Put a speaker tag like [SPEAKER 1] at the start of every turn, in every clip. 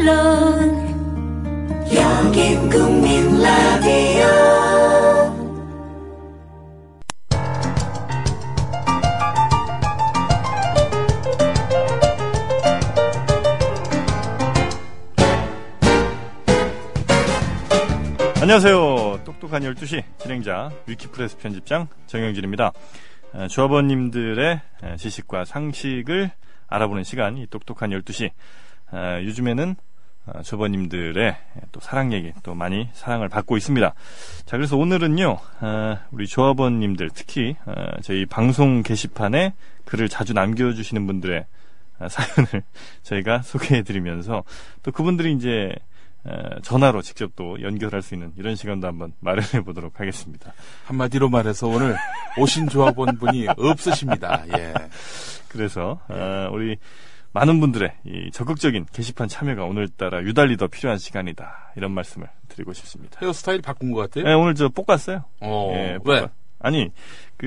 [SPEAKER 1] 물론 여긴 국민 라디오
[SPEAKER 2] 안녕하세요. 똑똑한 12시 진행자 위키프레스 편집장 정영진입니다. 어, 조합원님들의 어, 지식과 상식을 알아보는 시간, 이 똑똑한 12시. 어, 요즘에는 어, 조합원님들의 또 사랑 얘기, 또 많이 사랑을 받고 있습니다. 자, 그래서 오늘은요, 어, 우리 조합원님들, 특히 어, 저희 방송 게시판에 글을 자주 남겨주시는 분들의 어, 사연을 저희가 소개해드리면서 또 그분들이 이제 에, 전화로 직접 또 연결할 수 있는 이런 시간도 한번 마련해 보도록 하겠습니다.
[SPEAKER 3] 한마디로 말해서 오늘 오신 조합원 분이 없으십니다. 예.
[SPEAKER 2] 그래서 어, 우리 많은 분들의 이 적극적인 게시판 참여가 오늘따라 유달리 더 필요한 시간이다 이런 말씀을 드리고 싶습니다.
[SPEAKER 3] 헤어스타일 바꾼 것 같아요.
[SPEAKER 2] 예, 오늘 저 뽀깠어요.
[SPEAKER 3] 네. 어,
[SPEAKER 2] 예,
[SPEAKER 3] 왜?
[SPEAKER 2] 뽀깠. 아니 그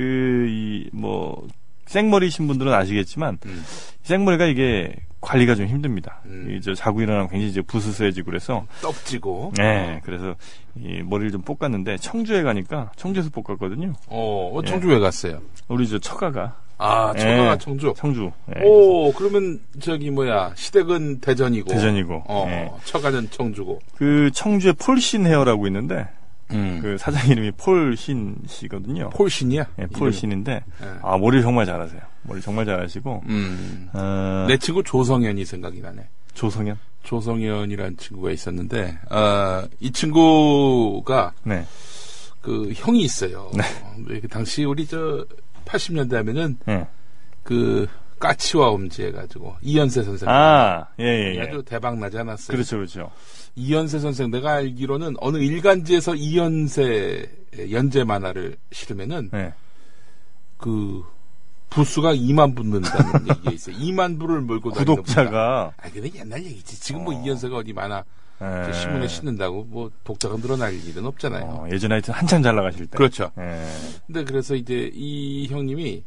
[SPEAKER 2] 이 뭐 생머리신 분들은 아시겠지만
[SPEAKER 3] 음.
[SPEAKER 2] 생머리가 이게 관리가 좀 힘듭니다.
[SPEAKER 3] 음.
[SPEAKER 2] 이제 자고 일어나면 굉장히 이제 부스스해지고 그래서
[SPEAKER 3] 떡지고.
[SPEAKER 2] 네, 그래서 이 머리를 좀 볶았는데 청주에 가니까 청주에서 볶았거든요.
[SPEAKER 3] 어, 어, 청주 왜 갔어요?
[SPEAKER 2] 우리 저 처가가
[SPEAKER 3] 아, 청주가
[SPEAKER 2] 예.
[SPEAKER 3] 청주.
[SPEAKER 2] 청주 예,
[SPEAKER 3] 오, 그러면 저기 뭐야 시댁은 대전이고.
[SPEAKER 2] 대전이고
[SPEAKER 3] 어,
[SPEAKER 2] 예.
[SPEAKER 3] 처가전 청주고.
[SPEAKER 2] 그 청주의 폴신 헤어라고 있는데
[SPEAKER 3] 음.
[SPEAKER 2] 그 사장 이름이 폴신 씨거든요.
[SPEAKER 3] 폴신이야.
[SPEAKER 2] 예, 폴신인데
[SPEAKER 3] 이름이. 예.
[SPEAKER 2] 아 머리를 정말 잘하세요. 머리 정말 잘하시고
[SPEAKER 3] 음.
[SPEAKER 2] 어,
[SPEAKER 3] 내 친구 조성현이 생각이 나네.
[SPEAKER 2] 조성현
[SPEAKER 3] 조성현이라는 친구가 있었는데, 아, 이 친구가
[SPEAKER 2] 네
[SPEAKER 3] 그 형이 있어요. 어, 그 당시 우리 저 80년대 하면은
[SPEAKER 2] 예.
[SPEAKER 3] 그 까치와 엄지 해가지고 이현세 선생.
[SPEAKER 2] 아, 예, 예, 예.
[SPEAKER 3] 아주 대박 나지 않았어요.
[SPEAKER 2] 그렇죠, 그렇죠.
[SPEAKER 3] 이현세 선생 내가 알기로는 어느 일간지에서 이현세 연재 만화를 실으면은
[SPEAKER 2] 예.
[SPEAKER 3] 그 부수가 2만 붙는다는 얘기가 있어요. 2만 부를 몰고 다니는 분이다.
[SPEAKER 2] 구독자가
[SPEAKER 3] 아 근데 옛날 얘기지. 지금 뭐
[SPEAKER 2] 어.
[SPEAKER 3] 이현세가 어디 만화
[SPEAKER 2] 예.
[SPEAKER 3] 저 네. 신문에 싣는다고 뭐 독자가 늘어날 일은 없잖아요.
[SPEAKER 2] 어, 예전에 하여튼 한참 잘 나가실 때.
[SPEAKER 3] 그렇죠.
[SPEAKER 2] 예.
[SPEAKER 3] 근데 그래서 이제 이 형님이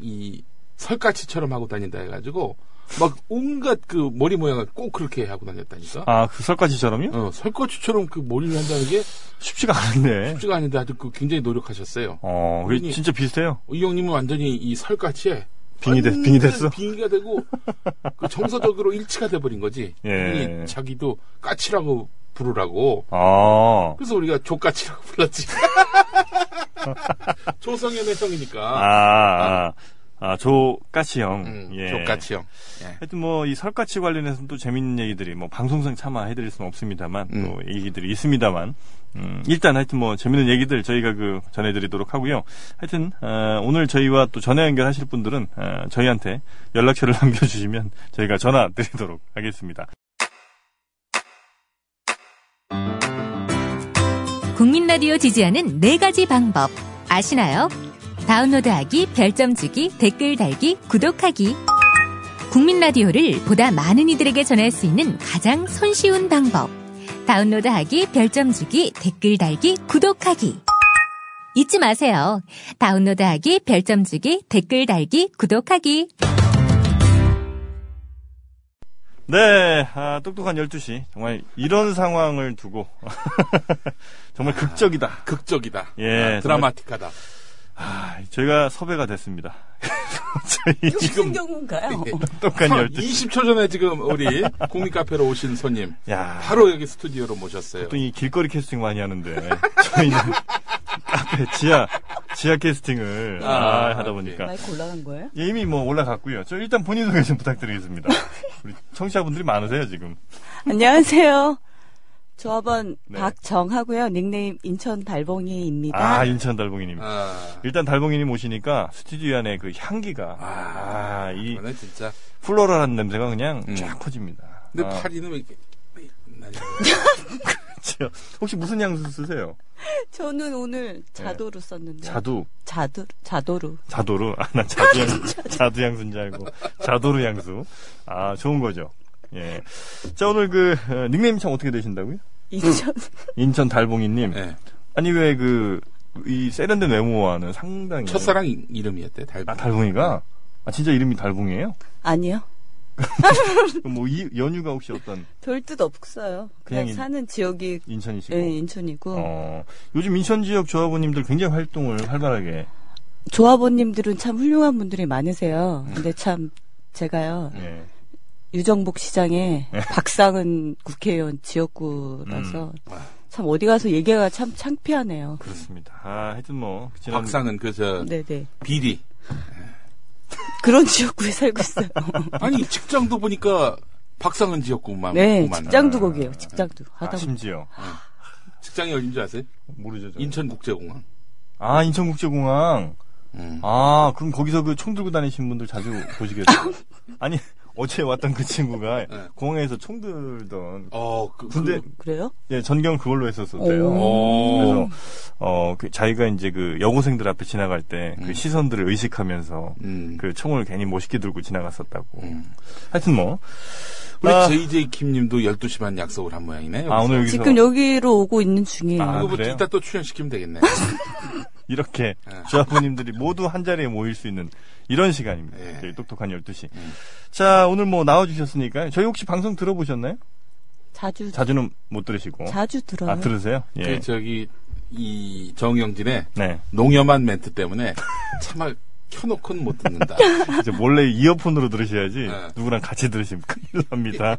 [SPEAKER 3] 이 설까치처럼 하고 다닌다 해가지고 막 온갖 그 머리 모양을 꼭 그렇게 하고 다녔다니까.
[SPEAKER 2] 아, 그 설까지처럼요?
[SPEAKER 3] 어, 설거지처럼 그 머리를 한다는 게
[SPEAKER 2] 쉽지가 않은데.
[SPEAKER 3] 쉽지가 않은데 아주 그 굉장히 노력하셨어요.
[SPEAKER 2] 어, 그게
[SPEAKER 3] 괜히-
[SPEAKER 2] 진짜 비슷해요.
[SPEAKER 3] 이 형님은 완전히 이 설까치에
[SPEAKER 2] 빙이 됐-
[SPEAKER 3] 완전
[SPEAKER 2] 빙이 됐어?
[SPEAKER 3] 빙의가 되고 그 정서적으로 일치가 돼버린 거지.
[SPEAKER 2] 예.
[SPEAKER 3] 이 자기도 까치라고 부르라고.
[SPEAKER 2] 아,
[SPEAKER 3] 그래서 우리가 조까치라고 불렀지. 조성현의 형이니까.
[SPEAKER 2] 아, 아, 아, 조까치 형.
[SPEAKER 3] 음,
[SPEAKER 2] 예.
[SPEAKER 3] 조까치 형.
[SPEAKER 2] 하여튼 뭐 이 설까치 관련해서는 또 재밌는 얘기들이 뭐 방송상 차마 해드릴 수는 없습니다만
[SPEAKER 3] 음.
[SPEAKER 2] 또 얘기들이 있습니다만 음, 일단 하여튼 뭐 재밌는 얘기들 저희가 그 전해드리도록 하고요. 하여튼 어, 오늘 저희와 또 전화 연결하실 분들은 어, 저희한테 연락처를 남겨주시면 저희가 전화 드리도록 하겠습니다.
[SPEAKER 4] 국민 라디오 지지하는 네 가지 방법 아시나요? 다운로드하기, 별점 주기, 댓글 달기, 구독하기. 국민 라디오를 보다 많은 이들에게 전할 수 있는 가장 손쉬운 방법. 다운로드하기, 별점 주기, 댓글 달기, 구독하기. 잊지 마세요. 다운로드하기, 별점 주기, 댓글 달기, 구독하기.
[SPEAKER 2] 네, 아, 똑똑한 12시 정말 이런 상황을 두고 정말 극적이다.
[SPEAKER 3] 극적이다.
[SPEAKER 2] 예,
[SPEAKER 3] 아, 드라마틱하다.
[SPEAKER 2] 아, 저희가 섭외가 됐습니다. 저희
[SPEAKER 3] 지금
[SPEAKER 1] 경우인가요?
[SPEAKER 3] 아,
[SPEAKER 2] 똑똑한 12시
[SPEAKER 3] 20초 전에 지금 우리 국립 카페로 오신 손님
[SPEAKER 2] 야,
[SPEAKER 3] 바로 여기 스튜디오로 모셨어요.
[SPEAKER 2] 보통 이 길거리 캐스팅 많이 하는데 저희는 카페 지하 지하 캐스팅을
[SPEAKER 3] 아,
[SPEAKER 2] 아, 하다 보니까
[SPEAKER 1] 마이크 올라간 거예요?
[SPEAKER 2] 예, 이미 뭐 올라갔고요. 저 일단 본인 소개 좀 부탁드리겠습니다. 우리 청취자분들이 많으세요 지금.
[SPEAKER 1] 안녕하세요. 조합원
[SPEAKER 2] 네.
[SPEAKER 1] 박정하고요. 닉네임 인천 달봉이입니다.
[SPEAKER 2] 아 인천 달봉이님.
[SPEAKER 3] 네. 아,
[SPEAKER 2] 일단 달봉이님 오시니까 스튜디오 안에 그 향기가
[SPEAKER 3] 아,
[SPEAKER 2] 아이
[SPEAKER 3] 이거는 진짜.
[SPEAKER 2] 플로럴한 냄새가 그냥
[SPEAKER 3] 음.
[SPEAKER 2] 쫙 퍼집니다.
[SPEAKER 3] 근데
[SPEAKER 2] 아,
[SPEAKER 3] 파리는 왜 이렇게 왜 나냐.
[SPEAKER 2] 저- 혹시 무슨 향수 쓰세요?
[SPEAKER 1] 저는 오늘 자도루
[SPEAKER 3] 네.
[SPEAKER 2] 네.
[SPEAKER 1] 썼는데.
[SPEAKER 2] 자두 음.
[SPEAKER 1] 자두, 자도루.
[SPEAKER 2] 자도루 아나 자두 향수 자두 향수인 줄 알고 자도루 향수 아 좋은 거죠. 예. 자 오늘 그 어, 닉네임 참 어떻게 되신다고요?
[SPEAKER 1] 인천.
[SPEAKER 2] 인천 달봉이님.
[SPEAKER 3] 네.
[SPEAKER 2] 아니 왜 그 이 세련된 외모와는 상당히
[SPEAKER 3] 첫사랑 이- 이름이었대. 예, 달봉.
[SPEAKER 2] 아 달봉이가 아 진짜 이름이 달봉이에요?
[SPEAKER 1] 아니요.
[SPEAKER 2] 뭐 이, 연유가 혹시 어떤
[SPEAKER 1] 별 뜻 없어요.
[SPEAKER 2] 그냥
[SPEAKER 1] 그냥
[SPEAKER 2] 인-
[SPEAKER 1] 사는 지역이
[SPEAKER 2] 인천이시고?
[SPEAKER 1] 예,
[SPEAKER 3] 네,
[SPEAKER 1] 인천이고
[SPEAKER 2] 어, 요즘 인천 지역 조합원님들 굉장히 활동을 활발하게.
[SPEAKER 1] 조합원님들은 참 훌륭한 분들이 많으세요.
[SPEAKER 2] 음.
[SPEAKER 1] 근데 참 제가요
[SPEAKER 2] 예.
[SPEAKER 1] 유정복 시장에
[SPEAKER 2] 네.
[SPEAKER 1] 박상은 국회의원 지역구라서
[SPEAKER 2] 음.
[SPEAKER 1] 참 어디 가서 얘기가 참 창피하네요.
[SPEAKER 2] 그렇습니다. 아, 하여튼 뭐 지난
[SPEAKER 3] 박상은 그 저
[SPEAKER 1] 네네
[SPEAKER 3] 비리.
[SPEAKER 1] 그런 지역구에 살고 있어요.
[SPEAKER 3] 아니 직장도 보니까 박상은 지역구만.
[SPEAKER 1] 네
[SPEAKER 3] 아, 구만.
[SPEAKER 1] 직장도 거기에요. 직장도
[SPEAKER 2] 아,
[SPEAKER 1] 하다 보니
[SPEAKER 2] 심지어
[SPEAKER 3] 직장이 어딘 줄 아세요?
[SPEAKER 2] 모르죠. 저는.
[SPEAKER 3] 인천국제공항.
[SPEAKER 2] 아, 인천국제공항.
[SPEAKER 3] 음.
[SPEAKER 2] 아, 그럼 거기서 그 총 들고 다니시는 분들 자주 보시겠어요. 아니, 어제 왔던 그 친구가
[SPEAKER 3] 네.
[SPEAKER 2] 공항에서 총 들던
[SPEAKER 3] 어, 그,
[SPEAKER 2] 아, 군대
[SPEAKER 1] 그래요?
[SPEAKER 2] 예, 전경 그걸로 했었었대요.
[SPEAKER 3] 오.
[SPEAKER 2] 그래서 어, 그 자기가 이제 그 여고생들 앞에 지나갈 때 그
[SPEAKER 3] 음.
[SPEAKER 2] 시선들을 의식하면서
[SPEAKER 3] 음.
[SPEAKER 2] 그 총을 괜히 멋있게 들고 지나갔었다고.
[SPEAKER 3] 음.
[SPEAKER 2] 하여튼 뭐.
[SPEAKER 3] 우리
[SPEAKER 2] 아.
[SPEAKER 3] JJ 김님도 12시 반 약속을 한 모양이네요.
[SPEAKER 2] 아, 오늘 여기서
[SPEAKER 1] 지금 여기로 오고 있는 중이에요.
[SPEAKER 2] 아,
[SPEAKER 3] 이거 뭐
[SPEAKER 2] 그래요?
[SPEAKER 3] 이따 또 출연시키면 되겠네.
[SPEAKER 2] 이렇게
[SPEAKER 3] 네.
[SPEAKER 2] 조합원님들이 모두 한 자리에 모일 수 있는 이런 시간입니다.
[SPEAKER 3] 네. 음.
[SPEAKER 2] 저희 똑똑한 12시. 자, 오늘 뭐 나와주셨으니까 저희 혹시 방송 들어보셨나요?
[SPEAKER 1] 자주
[SPEAKER 2] 자주는 못 들으시고.
[SPEAKER 1] 자주 들어요.
[SPEAKER 2] 아, 들으세요? 예.
[SPEAKER 1] 그렇죠.
[SPEAKER 3] 그 저기 이 정영진의
[SPEAKER 2] 네.
[SPEAKER 3] 농염한 멘트 때문에 차마 켜놓고는 못 듣는다.
[SPEAKER 2] 이제 몰래 이어폰으로 들으셔야지
[SPEAKER 3] 네.
[SPEAKER 2] 누구랑 같이 들으시면 큰일 납니다.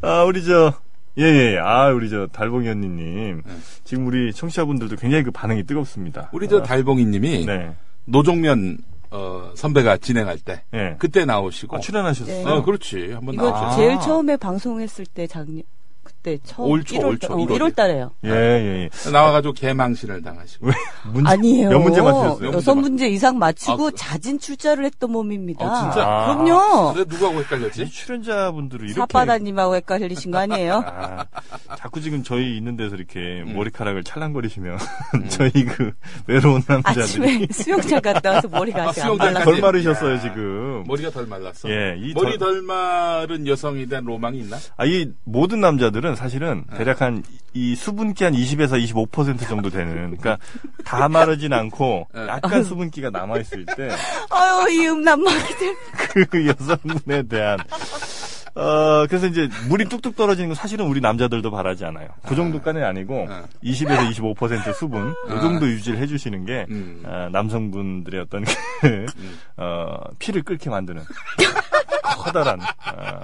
[SPEAKER 2] 아, 우리 저, 예, 예, 아, 우리 저, 달봉이 언니님.
[SPEAKER 3] 네.
[SPEAKER 2] 지금 우리 청취자분들도 굉장히 그 반응이 뜨겁습니다.
[SPEAKER 3] 우리 저
[SPEAKER 2] 아,
[SPEAKER 3] 달봉이님이
[SPEAKER 2] 네.
[SPEAKER 3] 노종면 어, 선배가 진행할 때
[SPEAKER 2] 예.
[SPEAKER 3] 그때 나오시고.
[SPEAKER 2] 아, 출연하셨어요.
[SPEAKER 1] 네.
[SPEAKER 3] 어, 그렇지. 한번
[SPEAKER 1] 이거
[SPEAKER 2] 아.
[SPEAKER 3] 나오셨어.
[SPEAKER 1] 제일 처음에 방송했을 때 작년 그때 처음
[SPEAKER 3] 올 초,
[SPEAKER 1] 1월,
[SPEAKER 3] 올 초,
[SPEAKER 1] 어,
[SPEAKER 3] 일월이요.
[SPEAKER 1] 1월 달에요.
[SPEAKER 2] 예, 예, 예.
[SPEAKER 3] 나와가지고 개망신을 당하시고.
[SPEAKER 2] 왜, 문제,
[SPEAKER 1] 아니에요.
[SPEAKER 2] 몇 문제 맞추셨어요?
[SPEAKER 3] 몇
[SPEAKER 1] 여섯
[SPEAKER 3] 문제
[SPEAKER 1] 문제 이상 맞추고
[SPEAKER 3] 아, 그-
[SPEAKER 1] 자진 출자를 했던 몸입니다.
[SPEAKER 3] 어, 진짜?
[SPEAKER 2] 아.
[SPEAKER 1] 그럼요.
[SPEAKER 3] 그래 누구하고
[SPEAKER 2] 이
[SPEAKER 3] 헷갈렸지?
[SPEAKER 2] 네? 출연자분들을 이렇게.
[SPEAKER 1] 사바다님하고 헷갈리신 거 아니에요?
[SPEAKER 2] 아, 자꾸 지금 저희 있는 데서 이렇게
[SPEAKER 3] 음.
[SPEAKER 2] 머리카락을 찰랑거리시면 저희 그 외로운 남자들이
[SPEAKER 1] 아침에 수영장 갔다 와서 머리가 아직 안
[SPEAKER 3] 수영장
[SPEAKER 1] 말랐어요.
[SPEAKER 2] 덜 마르셨어요
[SPEAKER 3] 야.
[SPEAKER 2] 지금.
[SPEAKER 3] 머리가 덜 말랐어.
[SPEAKER 2] 예, 이
[SPEAKER 3] 머리
[SPEAKER 2] 덜-
[SPEAKER 3] 덜 마른 여성에 대한 로망이 있나?
[SPEAKER 2] 아, 이 모든 남자들은 사실은
[SPEAKER 3] 네.
[SPEAKER 2] 대략 한 이 수분기 한 20에서 25% 정도 되는, 그러니까 다 마르진 않고
[SPEAKER 3] 예.
[SPEAKER 2] 약간 수분기가 남아 있을
[SPEAKER 1] 아유 이 음란 마리들.
[SPEAKER 2] 때 그 여성분에 대한 어 그래서 이제 물이 뚝뚝 떨어지는 건 사실은 우리 남자들도 바라지 않아요. 그 정도까지는 아니고
[SPEAKER 3] 아.
[SPEAKER 2] 20에서 25% 수분 이
[SPEAKER 3] 아.
[SPEAKER 2] 정도 유지를 해주시는 게
[SPEAKER 3] 음.
[SPEAKER 2] 어, 남성분들의 어떤 그, 어, 피를 끓게 만드는 커다란 어,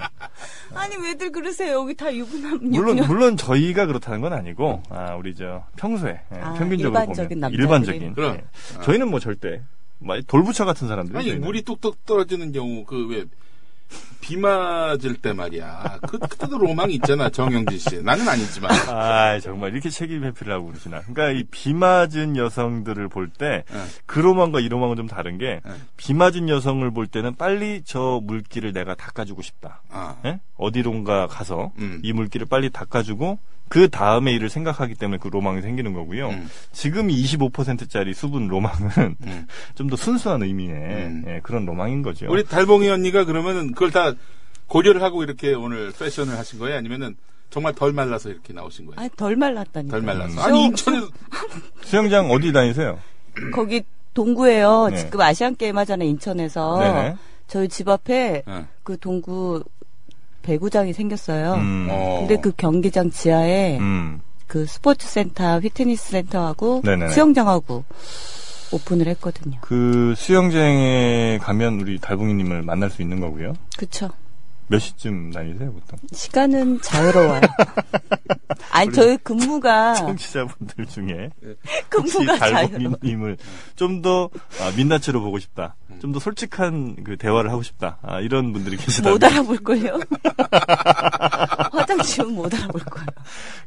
[SPEAKER 1] 아니 왜들 그러세요? 여기 다 유부남
[SPEAKER 2] 물론
[SPEAKER 1] 유부녀.
[SPEAKER 2] 물론 저희가 그렇다는 건 아니고 아 우리 저 평소에 예,
[SPEAKER 1] 아,
[SPEAKER 2] 평균적으로
[SPEAKER 1] 일반적인
[SPEAKER 2] 보면
[SPEAKER 1] 남자들이.
[SPEAKER 2] 일반적인
[SPEAKER 3] 그럼.
[SPEAKER 2] 예. 저희는 뭐 절대 막 돌부처 같은 사람들이
[SPEAKER 3] 아니
[SPEAKER 2] 저희는.
[SPEAKER 3] 물이 뚝뚝 떨어지는 경우 그 왜 비 맞을 때 말이야. 그 그때도 로망이 있잖아 정영진 씨. 나는 아니지만.
[SPEAKER 2] 아 정말 이렇게 책임 회피를 하고 그러시나 그러니까 이 비 맞은 여성들을 볼 때
[SPEAKER 3] 예.
[SPEAKER 2] 그 로망과 이 로망은 좀 다른 게
[SPEAKER 3] 예.
[SPEAKER 2] 비 맞은 여성을 볼 때는 빨리 저 물기를 내가 닦아주고 싶다
[SPEAKER 3] 아.
[SPEAKER 2] 예? 어디론가 가서
[SPEAKER 3] 음.
[SPEAKER 2] 이 물기를 빨리 닦아주고 그 다음에 일을 생각하기 때문에 그 로망이 생기는 거고요.
[SPEAKER 3] 음.
[SPEAKER 2] 지금 이 25%짜리 수분 로망은
[SPEAKER 3] 음.
[SPEAKER 2] 좀 더 순수한 의미의
[SPEAKER 3] 음.
[SPEAKER 2] 예, 그런 로망인 거죠.
[SPEAKER 3] 우리 달봉이 언니가 그러면 그걸 다 고려를 하고 이렇게 오늘 패션을 하신 거예요? 아니면은 정말 덜 말라서 이렇게 나오신 거예요?
[SPEAKER 1] 아덜 말랐다니까.
[SPEAKER 3] 덜 말라서.
[SPEAKER 1] 음.
[SPEAKER 3] 아니 인천에
[SPEAKER 2] 수영장 어디 다니세요?
[SPEAKER 1] 거기 동구에요.
[SPEAKER 2] 네.
[SPEAKER 1] 지금 아시안 게임 하잖아요 인천에서.
[SPEAKER 2] 네네. 네.
[SPEAKER 1] 저희 집 앞에
[SPEAKER 3] 예.
[SPEAKER 1] 그 동구 배구장이 생겼어요.
[SPEAKER 2] 음.
[SPEAKER 3] 어.
[SPEAKER 1] 근데 그 경기장 지하에
[SPEAKER 2] 음.
[SPEAKER 1] 그 스포츠 센터, 휘트니스 센터하고
[SPEAKER 2] 네네네.
[SPEAKER 1] 수영장하고 오픈을 했거든요.
[SPEAKER 2] 그 수영장에 가면 우리 달봉이님을 만날 수 있는 거고요.
[SPEAKER 1] 그쵸.
[SPEAKER 2] 몇 시쯤 다니세요 보통?
[SPEAKER 1] 시간은 자유로워요. 아니, 저희 근무가,
[SPEAKER 2] 청취자분들 중에 혹시
[SPEAKER 1] 근무가 자유로워.
[SPEAKER 2] 달봉이님을 좀 더 아, 민낯으로 보고 싶다. 좀 더 솔직한 그 대화를 하고 싶다. 아, 이런 분들이 계시다.
[SPEAKER 1] 못 알아볼걸요? 화장실은 못 알아볼걸요.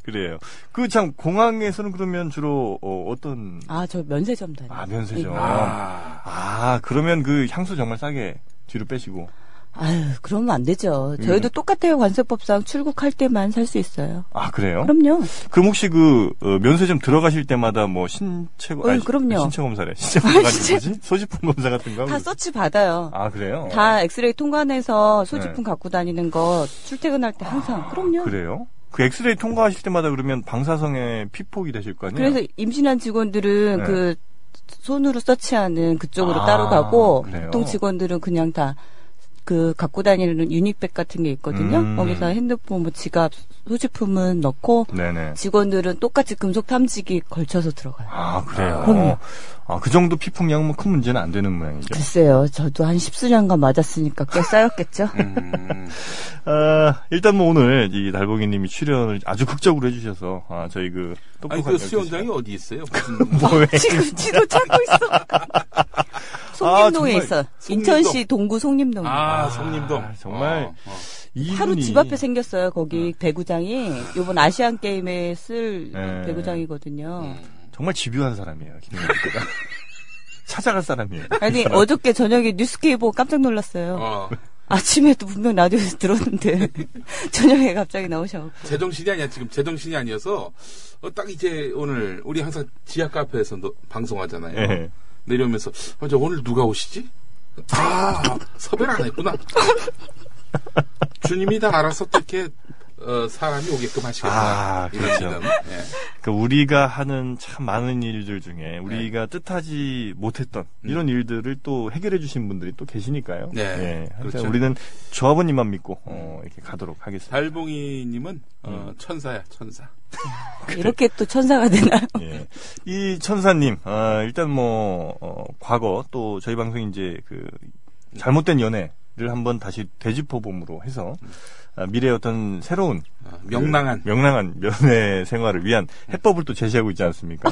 [SPEAKER 2] 그래요. 그 참 공항에서는 그러면 주로 어, 떤
[SPEAKER 1] 아, 저 면세점 다녀요.
[SPEAKER 2] 아 면세점.
[SPEAKER 1] 예.
[SPEAKER 3] 아.
[SPEAKER 2] 아, 그러면 그 향수 정말 싸게 뒤로 빼시고.
[SPEAKER 1] 아유, 그러면 안 되죠.
[SPEAKER 2] 음.
[SPEAKER 1] 저희도 똑같아요. 관세법상 출국할 때만 살 수 있어요.
[SPEAKER 2] 아, 그래요? 그럼,
[SPEAKER 1] 그럼요.
[SPEAKER 2] 혹시 그, 어, 면세점 들어가실 때마다 뭐 신체,
[SPEAKER 1] 어, 그럼요.
[SPEAKER 2] 신체 검사래. 신체 검사가
[SPEAKER 1] 아,
[SPEAKER 2] 아니지?
[SPEAKER 1] 진짜.
[SPEAKER 2] 뭐지? 소지품 검사 같은 거?
[SPEAKER 1] 다 서치 받아요.
[SPEAKER 2] 아, 그래요?
[SPEAKER 1] 다 엑스레이 통관해서
[SPEAKER 2] 네. 아,
[SPEAKER 1] 소지품 갖고 다니는 거 출퇴근할 때 항상 그럼요.
[SPEAKER 2] 그래요? 그 엑스레이 통과하실 때마다 그러면 방사성에 피폭이 되실 거 아니에요?
[SPEAKER 1] 그래서 임신한 직원들은
[SPEAKER 2] 네.
[SPEAKER 1] 그 손으로 서치하는 그쪽으로
[SPEAKER 2] 아,
[SPEAKER 1] 따로 가고
[SPEAKER 2] 그래요?
[SPEAKER 1] 보통 직원들은 그냥 다 그 갖고 다니는 유니백 같은 게 있거든요.
[SPEAKER 2] 음.
[SPEAKER 1] 거기서 핸드폰, 뭐 지갑, 소지품은 넣고
[SPEAKER 2] 네네.
[SPEAKER 1] 직원들은 똑같이 금속 탐지기 걸쳐서 들어가요.
[SPEAKER 2] 아, 그래요.
[SPEAKER 1] 그럼요.
[SPEAKER 2] 아, 그 정도 피폭량은 뭐큰 문제는 안 되는 모양이죠.
[SPEAKER 1] 글쎄요, 저도 한 십수년간 맞았으니까 꽤 쌓였겠죠.
[SPEAKER 3] 음.
[SPEAKER 2] 아, 일단 뭐 오늘 이 달봉이님이 출연을 아주 극적으로 해주셔서, 아, 저희 그,
[SPEAKER 3] 아니,
[SPEAKER 2] 똑똑한
[SPEAKER 3] 그
[SPEAKER 2] 열두 시.
[SPEAKER 3] 수영장이 어디 있어요? 무슨
[SPEAKER 2] 뭐예요?
[SPEAKER 1] 지금 지도 찾고 있어. 송림동에
[SPEAKER 2] 아, 정말.
[SPEAKER 1] 있어.
[SPEAKER 3] 송림동.
[SPEAKER 1] 인천시 동구 송림동.
[SPEAKER 3] 아, 성림동.
[SPEAKER 2] 아, 정말.
[SPEAKER 3] 어, 어.
[SPEAKER 2] 이분이- 음.
[SPEAKER 1] 하루 집 앞에 생겼어요. 거기 배구장이 요번 아시안 게임에 쓸
[SPEAKER 2] 네. 음.
[SPEAKER 1] 배구장이거든요.
[SPEAKER 2] 정말 집요한 사람이에요, 김영민 씨가. 찾아갈 사람이에요.
[SPEAKER 1] 아니 어저께 저녁에 뉴스케이 보고 깜짝 놀랐어요.
[SPEAKER 3] 어.
[SPEAKER 1] 아침에도 분명 라디오에서 들었는데 저녁에 갑자기 나오셔.
[SPEAKER 3] 제정신이 아니야, 지금. 제정신이 아니어서, 어, 딱 이제 오늘, 우리 항상 지하 카페에서 너- 방송하잖아요.
[SPEAKER 2] 예.
[SPEAKER 3] 내려오면서, 어, 저 오늘 누가 오시지? 아, 섭외를 안 했구나. 주님이 다 알아서 어떻게, 어, 사람이 오게끔 하시겠다.
[SPEAKER 2] 아,
[SPEAKER 3] 이런
[SPEAKER 2] 그렇죠.
[SPEAKER 3] 믿음. 예.
[SPEAKER 2] 그 우리가 하는 참 많은 일들 중에 우리가
[SPEAKER 3] 네.
[SPEAKER 2] 뜻하지 못했던 이런 일들을 또 해결해 주신 분들이 또 계시니까요.
[SPEAKER 3] 음. 네.
[SPEAKER 2] 예, 항상
[SPEAKER 3] 그렇죠. 음.
[SPEAKER 2] 우리는 조합원님만 믿고 어, 이렇게 가도록 하겠습니다.
[SPEAKER 3] 달봉이님은, 어,
[SPEAKER 2] 음.
[SPEAKER 3] 천사야, 천사.
[SPEAKER 1] 이렇게 또 천사가 되나요?
[SPEAKER 3] 아, 네.
[SPEAKER 2] 예. 이 천사님, 아, 일단 뭐 어, 과거 또 저희 방송 이제 그 잘못된 연애를 한번 다시 되짚어봄으로 해서 아, 미래의 어떤 새로운
[SPEAKER 3] 어, 명랑한.
[SPEAKER 2] 그 명랑한 연애 생활을 위한 해법을 또 제시하고 있지 않습니까?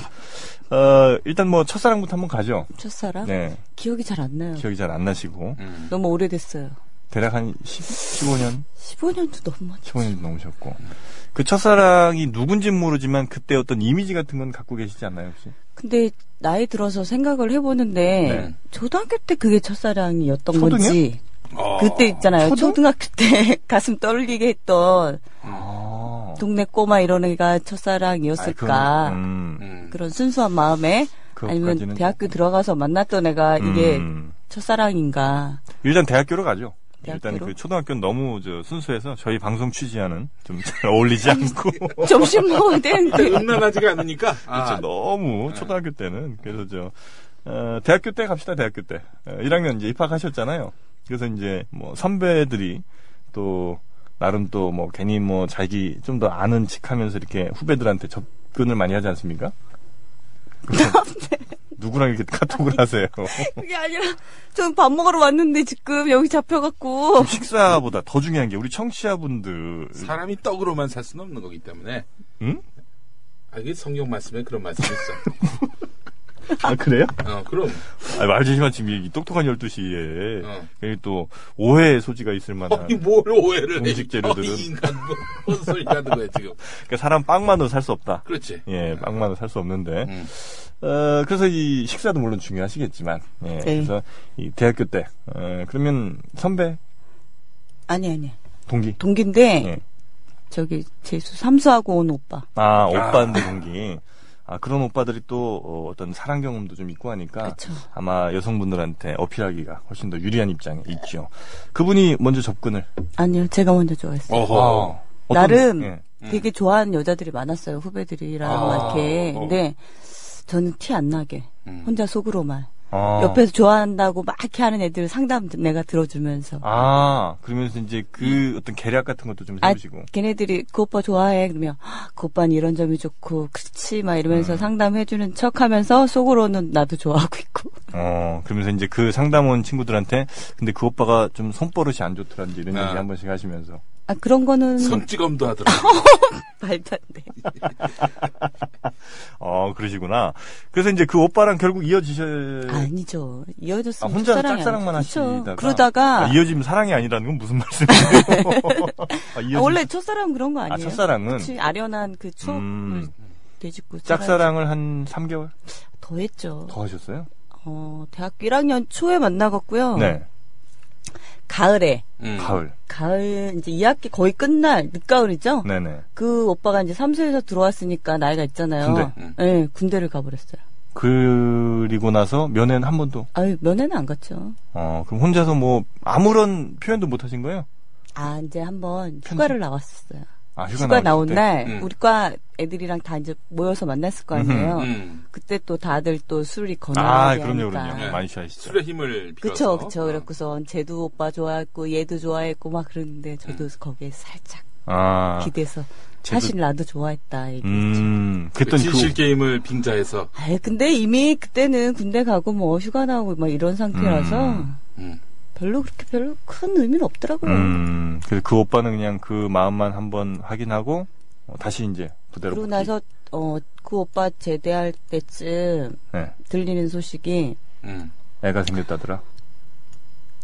[SPEAKER 3] 아.
[SPEAKER 2] 어, 일단 뭐 첫사랑부터 한번 가죠.
[SPEAKER 1] 첫사랑?
[SPEAKER 2] 네.
[SPEAKER 1] 기억이 잘 안 나요.
[SPEAKER 2] 기억이 잘 안 나시고
[SPEAKER 3] 음.
[SPEAKER 1] 너무 오래됐어요.
[SPEAKER 2] 대략 한 10, 15년,
[SPEAKER 1] 15년도 너무 많죠.
[SPEAKER 2] 15년 넘으셨고 그 첫사랑이 누군진 모르지만 그때 어떤 이미지 같은 건 갖고 계시지 않나요 혹시?
[SPEAKER 1] 근데 나이 들어서 생각을 해보는데
[SPEAKER 3] 네.
[SPEAKER 1] 초등학교 때 그게 첫사랑이었던
[SPEAKER 2] 초등이요?
[SPEAKER 1] 건지
[SPEAKER 3] 어.
[SPEAKER 1] 그때 있잖아요.
[SPEAKER 2] 초등?
[SPEAKER 1] 초등학교 때 가슴 떨리게 했던
[SPEAKER 2] 아,
[SPEAKER 1] 동네 꼬마 이런 애가
[SPEAKER 2] 아이,
[SPEAKER 1] 첫사랑이었을까.
[SPEAKER 2] 그건, 음,
[SPEAKER 3] 음.
[SPEAKER 1] 그런 순수한 마음에 아니면
[SPEAKER 2] 그것까지는
[SPEAKER 1] 대학교
[SPEAKER 2] 조금.
[SPEAKER 1] 들어가서 만났던 애가 이게
[SPEAKER 2] 음.
[SPEAKER 1] 첫사랑인가.
[SPEAKER 2] 일단 대학교로 가죠. 일단
[SPEAKER 1] 대학교로?
[SPEAKER 2] 그 초등학교는 너무 저 순수해서 저희 방송 취지와는 좀 잘 어울리지 않고
[SPEAKER 1] 점심 먹어야 되는데.
[SPEAKER 3] 음란하지가 않으니까. 아,
[SPEAKER 2] 그렇죠. 너무 초등학교 때는 그래서 저 어, 대학교 때 갑시다 대학교 때 어, 1학년 이제 입학하셨잖아요. 그래서 이제 뭐 선배들이 또 나름 또 뭐 괜히 뭐 자기 좀 더 아는 척하면서 이렇게 후배들한테 접근을 많이 하지 않습니까? 그래서 누구랑 이렇게 카톡을 하세요.
[SPEAKER 1] 그게 아니라 저는 밥 먹으러 왔는데 지금 여기 잡혀갖고
[SPEAKER 2] 식사보다 더 중요한 게 우리 청취자분들
[SPEAKER 3] 음. 사람이 떡으로만 살 수는 없는 거기 때문에.
[SPEAKER 2] 응?
[SPEAKER 3] 아, 이게 성경 말씀에 그런 말씀이 있어.
[SPEAKER 2] 아 그래요?
[SPEAKER 3] 어, 그럼.
[SPEAKER 2] 아, 말 조심하 지금 이 똑똑한 12시에
[SPEAKER 3] 어.
[SPEAKER 2] 또 오해의 소지가 있을 만한
[SPEAKER 3] 아니, 뭘 오해를 해.
[SPEAKER 2] 음식 재료들은.
[SPEAKER 3] 어, 이 인간, 뭐, 뭔 소리 하는 거야, 지금.
[SPEAKER 2] 그러니까 사람 빵만으로 살 수 없다.
[SPEAKER 3] 그렇지.
[SPEAKER 2] 예, 빵만은 살 수 없는데.
[SPEAKER 3] 음.
[SPEAKER 2] 어, 그래서 이 식사도 물론 중요하시겠지만, 예,
[SPEAKER 1] 네.
[SPEAKER 2] 그래서 이 대학교 때, 어, 그러면 선배,
[SPEAKER 1] 아니 아니
[SPEAKER 2] 동기.
[SPEAKER 1] 동기인데
[SPEAKER 2] 예.
[SPEAKER 1] 저기 재수 삼수하고 온 오빠
[SPEAKER 2] 아, 오빠인데 동기. 아, 그런 오빠들이 또 어, 어떤 사랑 경험도 좀 있고 하니까
[SPEAKER 1] 그쵸.
[SPEAKER 2] 아마 여성분들한테 어필하기가 훨씬 더 유리한 입장에 있죠. 그분이 먼저 접근을.
[SPEAKER 1] 아니요 제가 먼저 좋아했어요
[SPEAKER 3] 어허.
[SPEAKER 2] 어떤-
[SPEAKER 1] 나름
[SPEAKER 2] 예.
[SPEAKER 1] 되게 좋아하는 여자들이 많았어요 후배들이랑
[SPEAKER 3] 아,
[SPEAKER 1] 막 이렇게
[SPEAKER 3] 어.
[SPEAKER 1] 근데 저는 티 안 나게
[SPEAKER 3] 음.
[SPEAKER 1] 혼자 속으로만
[SPEAKER 2] 아.
[SPEAKER 1] 옆에서 좋아한다고 막 이렇게 하는 애들 상담 내가 들어주면서
[SPEAKER 2] 아, 그러면서 이제 그 어떤 계략 같은 것도 좀
[SPEAKER 1] 아,
[SPEAKER 2] 세우시고.
[SPEAKER 1] 걔네들이 그 오빠 좋아해 그러면 "헉, 그 오빠는 이런 점이 좋고 그렇지 막
[SPEAKER 2] 음.
[SPEAKER 1] 이러면서 상담해주는 척하면서 속으로는 나도 좋아하고 있고
[SPEAKER 2] 어, 그러면서 이제 그 상담원 친구들한테, 근데 그 오빠가 좀 손버릇이 안 좋더란지 이런
[SPEAKER 3] 아.
[SPEAKER 2] 얘기 한 번씩 하시면서.
[SPEAKER 1] 아 그런 거는
[SPEAKER 3] 손찌검도 하더라고.
[SPEAKER 1] 말도 안 돼.
[SPEAKER 2] 어, 그러시구나. 그래서 이제 그 오빠랑 결국 이어지셔,
[SPEAKER 1] 아니죠.
[SPEAKER 2] 네. 아,
[SPEAKER 1] 이어졌으면
[SPEAKER 2] 혼자
[SPEAKER 1] 첫사랑이
[SPEAKER 2] 짝사랑만
[SPEAKER 1] 아니죠. 그렇죠.
[SPEAKER 2] 하시다가.
[SPEAKER 1] 그러다가
[SPEAKER 2] 아, 이어지면 사랑이 아니라는 건 무슨 말씀이세요? 아, 이어지-
[SPEAKER 1] 아, 원래 첫사랑 그런 거 아니에요?
[SPEAKER 2] 아, 첫사랑은
[SPEAKER 1] 그치, 아련한 그 추억을
[SPEAKER 2] 음.
[SPEAKER 1] 되짚고
[SPEAKER 2] 짝사랑을 한 3개월
[SPEAKER 1] 살아야지. 더 했죠.
[SPEAKER 2] 더 하셨어요?
[SPEAKER 1] 어, 대학교 1학년 초에 만나갔고요.
[SPEAKER 2] 네.
[SPEAKER 1] 가을에
[SPEAKER 3] 음.
[SPEAKER 2] 가을.
[SPEAKER 1] 가을 이제 2학기 거의 끝날 늦가을이죠.
[SPEAKER 2] 네네.
[SPEAKER 1] 그 오빠가 이제 삼수에서 들어왔으니까 나이가 있잖아요.
[SPEAKER 2] 군대.
[SPEAKER 3] 음.
[SPEAKER 1] 네, 군대를 가버렸어요.
[SPEAKER 2] 그리고 나서 면회는 한 번도.
[SPEAKER 1] 아유 면회는 안 갔죠.
[SPEAKER 2] 어, 그럼 혼자서 뭐 아무런 표현도 못 하신 거예요?
[SPEAKER 1] 아 이제 한번
[SPEAKER 2] 편집.
[SPEAKER 1] 휴가를 나왔었어요.
[SPEAKER 2] 아, 휴가,
[SPEAKER 1] 휴가 나온
[SPEAKER 2] 때?
[SPEAKER 1] 날
[SPEAKER 3] 음.
[SPEAKER 1] 우리 과 애들이랑 다 이제 모여서 만났을 거 아니에요.
[SPEAKER 3] 음.
[SPEAKER 1] 그때 또 다들 또 술이
[SPEAKER 2] 아,
[SPEAKER 1] 건강하게
[SPEAKER 2] 그럼요,
[SPEAKER 1] 하니까.
[SPEAKER 2] 그럼요. 네.
[SPEAKER 3] 네.
[SPEAKER 2] 많이 쉬어야시죠.
[SPEAKER 3] 술의 힘을 빌어서.
[SPEAKER 1] 그쵸, 그쵸. 그래갖고선 제도 오빠 좋아했고 얘도 좋아했고 막 그랬는데 저도 거기에 살짝
[SPEAKER 2] 아,
[SPEAKER 1] 기대서
[SPEAKER 2] 제도-
[SPEAKER 1] 사실 나도 좋아했다 얘기했죠.
[SPEAKER 2] 음,
[SPEAKER 3] 그
[SPEAKER 2] 그랬더니
[SPEAKER 3] 진실
[SPEAKER 2] 그,
[SPEAKER 3] 게임을 빙자해서
[SPEAKER 1] 아 근데 이미 그때는 군대 가고 뭐 휴가 나오고 막 이런 상태라서
[SPEAKER 2] 음.
[SPEAKER 3] 음.
[SPEAKER 1] 별로 그렇게 별로 큰 의미는 없더라고요.
[SPEAKER 2] 음, 그래서 그 오빠는 그냥 그 마음만 한번 확인하고, 어, 다시 이제 그대로.
[SPEAKER 1] 그러고
[SPEAKER 2] 복귀.
[SPEAKER 1] 나서 어 그 오빠 제대할 때쯤
[SPEAKER 2] 네.
[SPEAKER 1] 들리는 소식이
[SPEAKER 3] 음.
[SPEAKER 2] 애가 생겼다더라.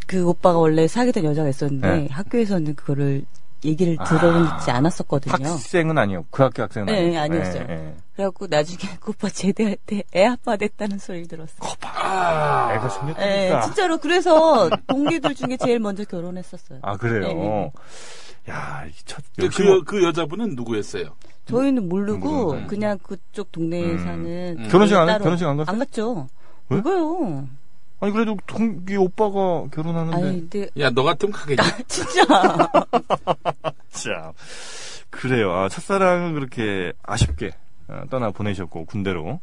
[SPEAKER 1] 그 오빠가 원래 사귀던 여자가 있었는데
[SPEAKER 2] 네.
[SPEAKER 1] 학교에서는 그거를 얘기를
[SPEAKER 2] 아.
[SPEAKER 1] 들어보지 않았었거든요.
[SPEAKER 2] 학생은 아니었고, 그 학교 학생은
[SPEAKER 1] 네,
[SPEAKER 2] 아니었고.
[SPEAKER 1] 아니었어요. 그래갖고 나중에 그 오빠 제대할 때 애 아빠 됐다는 소리를 들었어요.
[SPEAKER 3] 아.
[SPEAKER 2] 애가
[SPEAKER 1] 예,
[SPEAKER 2] 생겼다니까.
[SPEAKER 1] 진짜로 그래서 동기들 중에 제일 먼저 결혼했었어요.
[SPEAKER 2] 아, 그래요.
[SPEAKER 1] 네, 네.
[SPEAKER 2] 야, 이 첫,
[SPEAKER 3] 근데
[SPEAKER 2] 역시
[SPEAKER 3] 그,
[SPEAKER 2] 뭐
[SPEAKER 3] 여- 그 여자분은 누구였어요?
[SPEAKER 1] 저희는 모르고
[SPEAKER 2] 모르는
[SPEAKER 1] 그냥 그쪽 동네에
[SPEAKER 2] 음.
[SPEAKER 1] 사는
[SPEAKER 3] 음.
[SPEAKER 2] 결혼식 안,
[SPEAKER 1] 따로- 아.
[SPEAKER 2] 했- 결혼식 안 갔어?
[SPEAKER 1] 안 갔죠.
[SPEAKER 2] 왜?
[SPEAKER 1] 그거요.
[SPEAKER 2] 아니, 그래도 동기 오빠가 결혼하는데.
[SPEAKER 1] 아니 근데
[SPEAKER 3] 야, 너 같으면 가겠지.
[SPEAKER 1] 진짜
[SPEAKER 2] 자, 그래요. 아, 첫사랑은 그렇게 아쉽게 어, 떠나 보내셨고 군대로.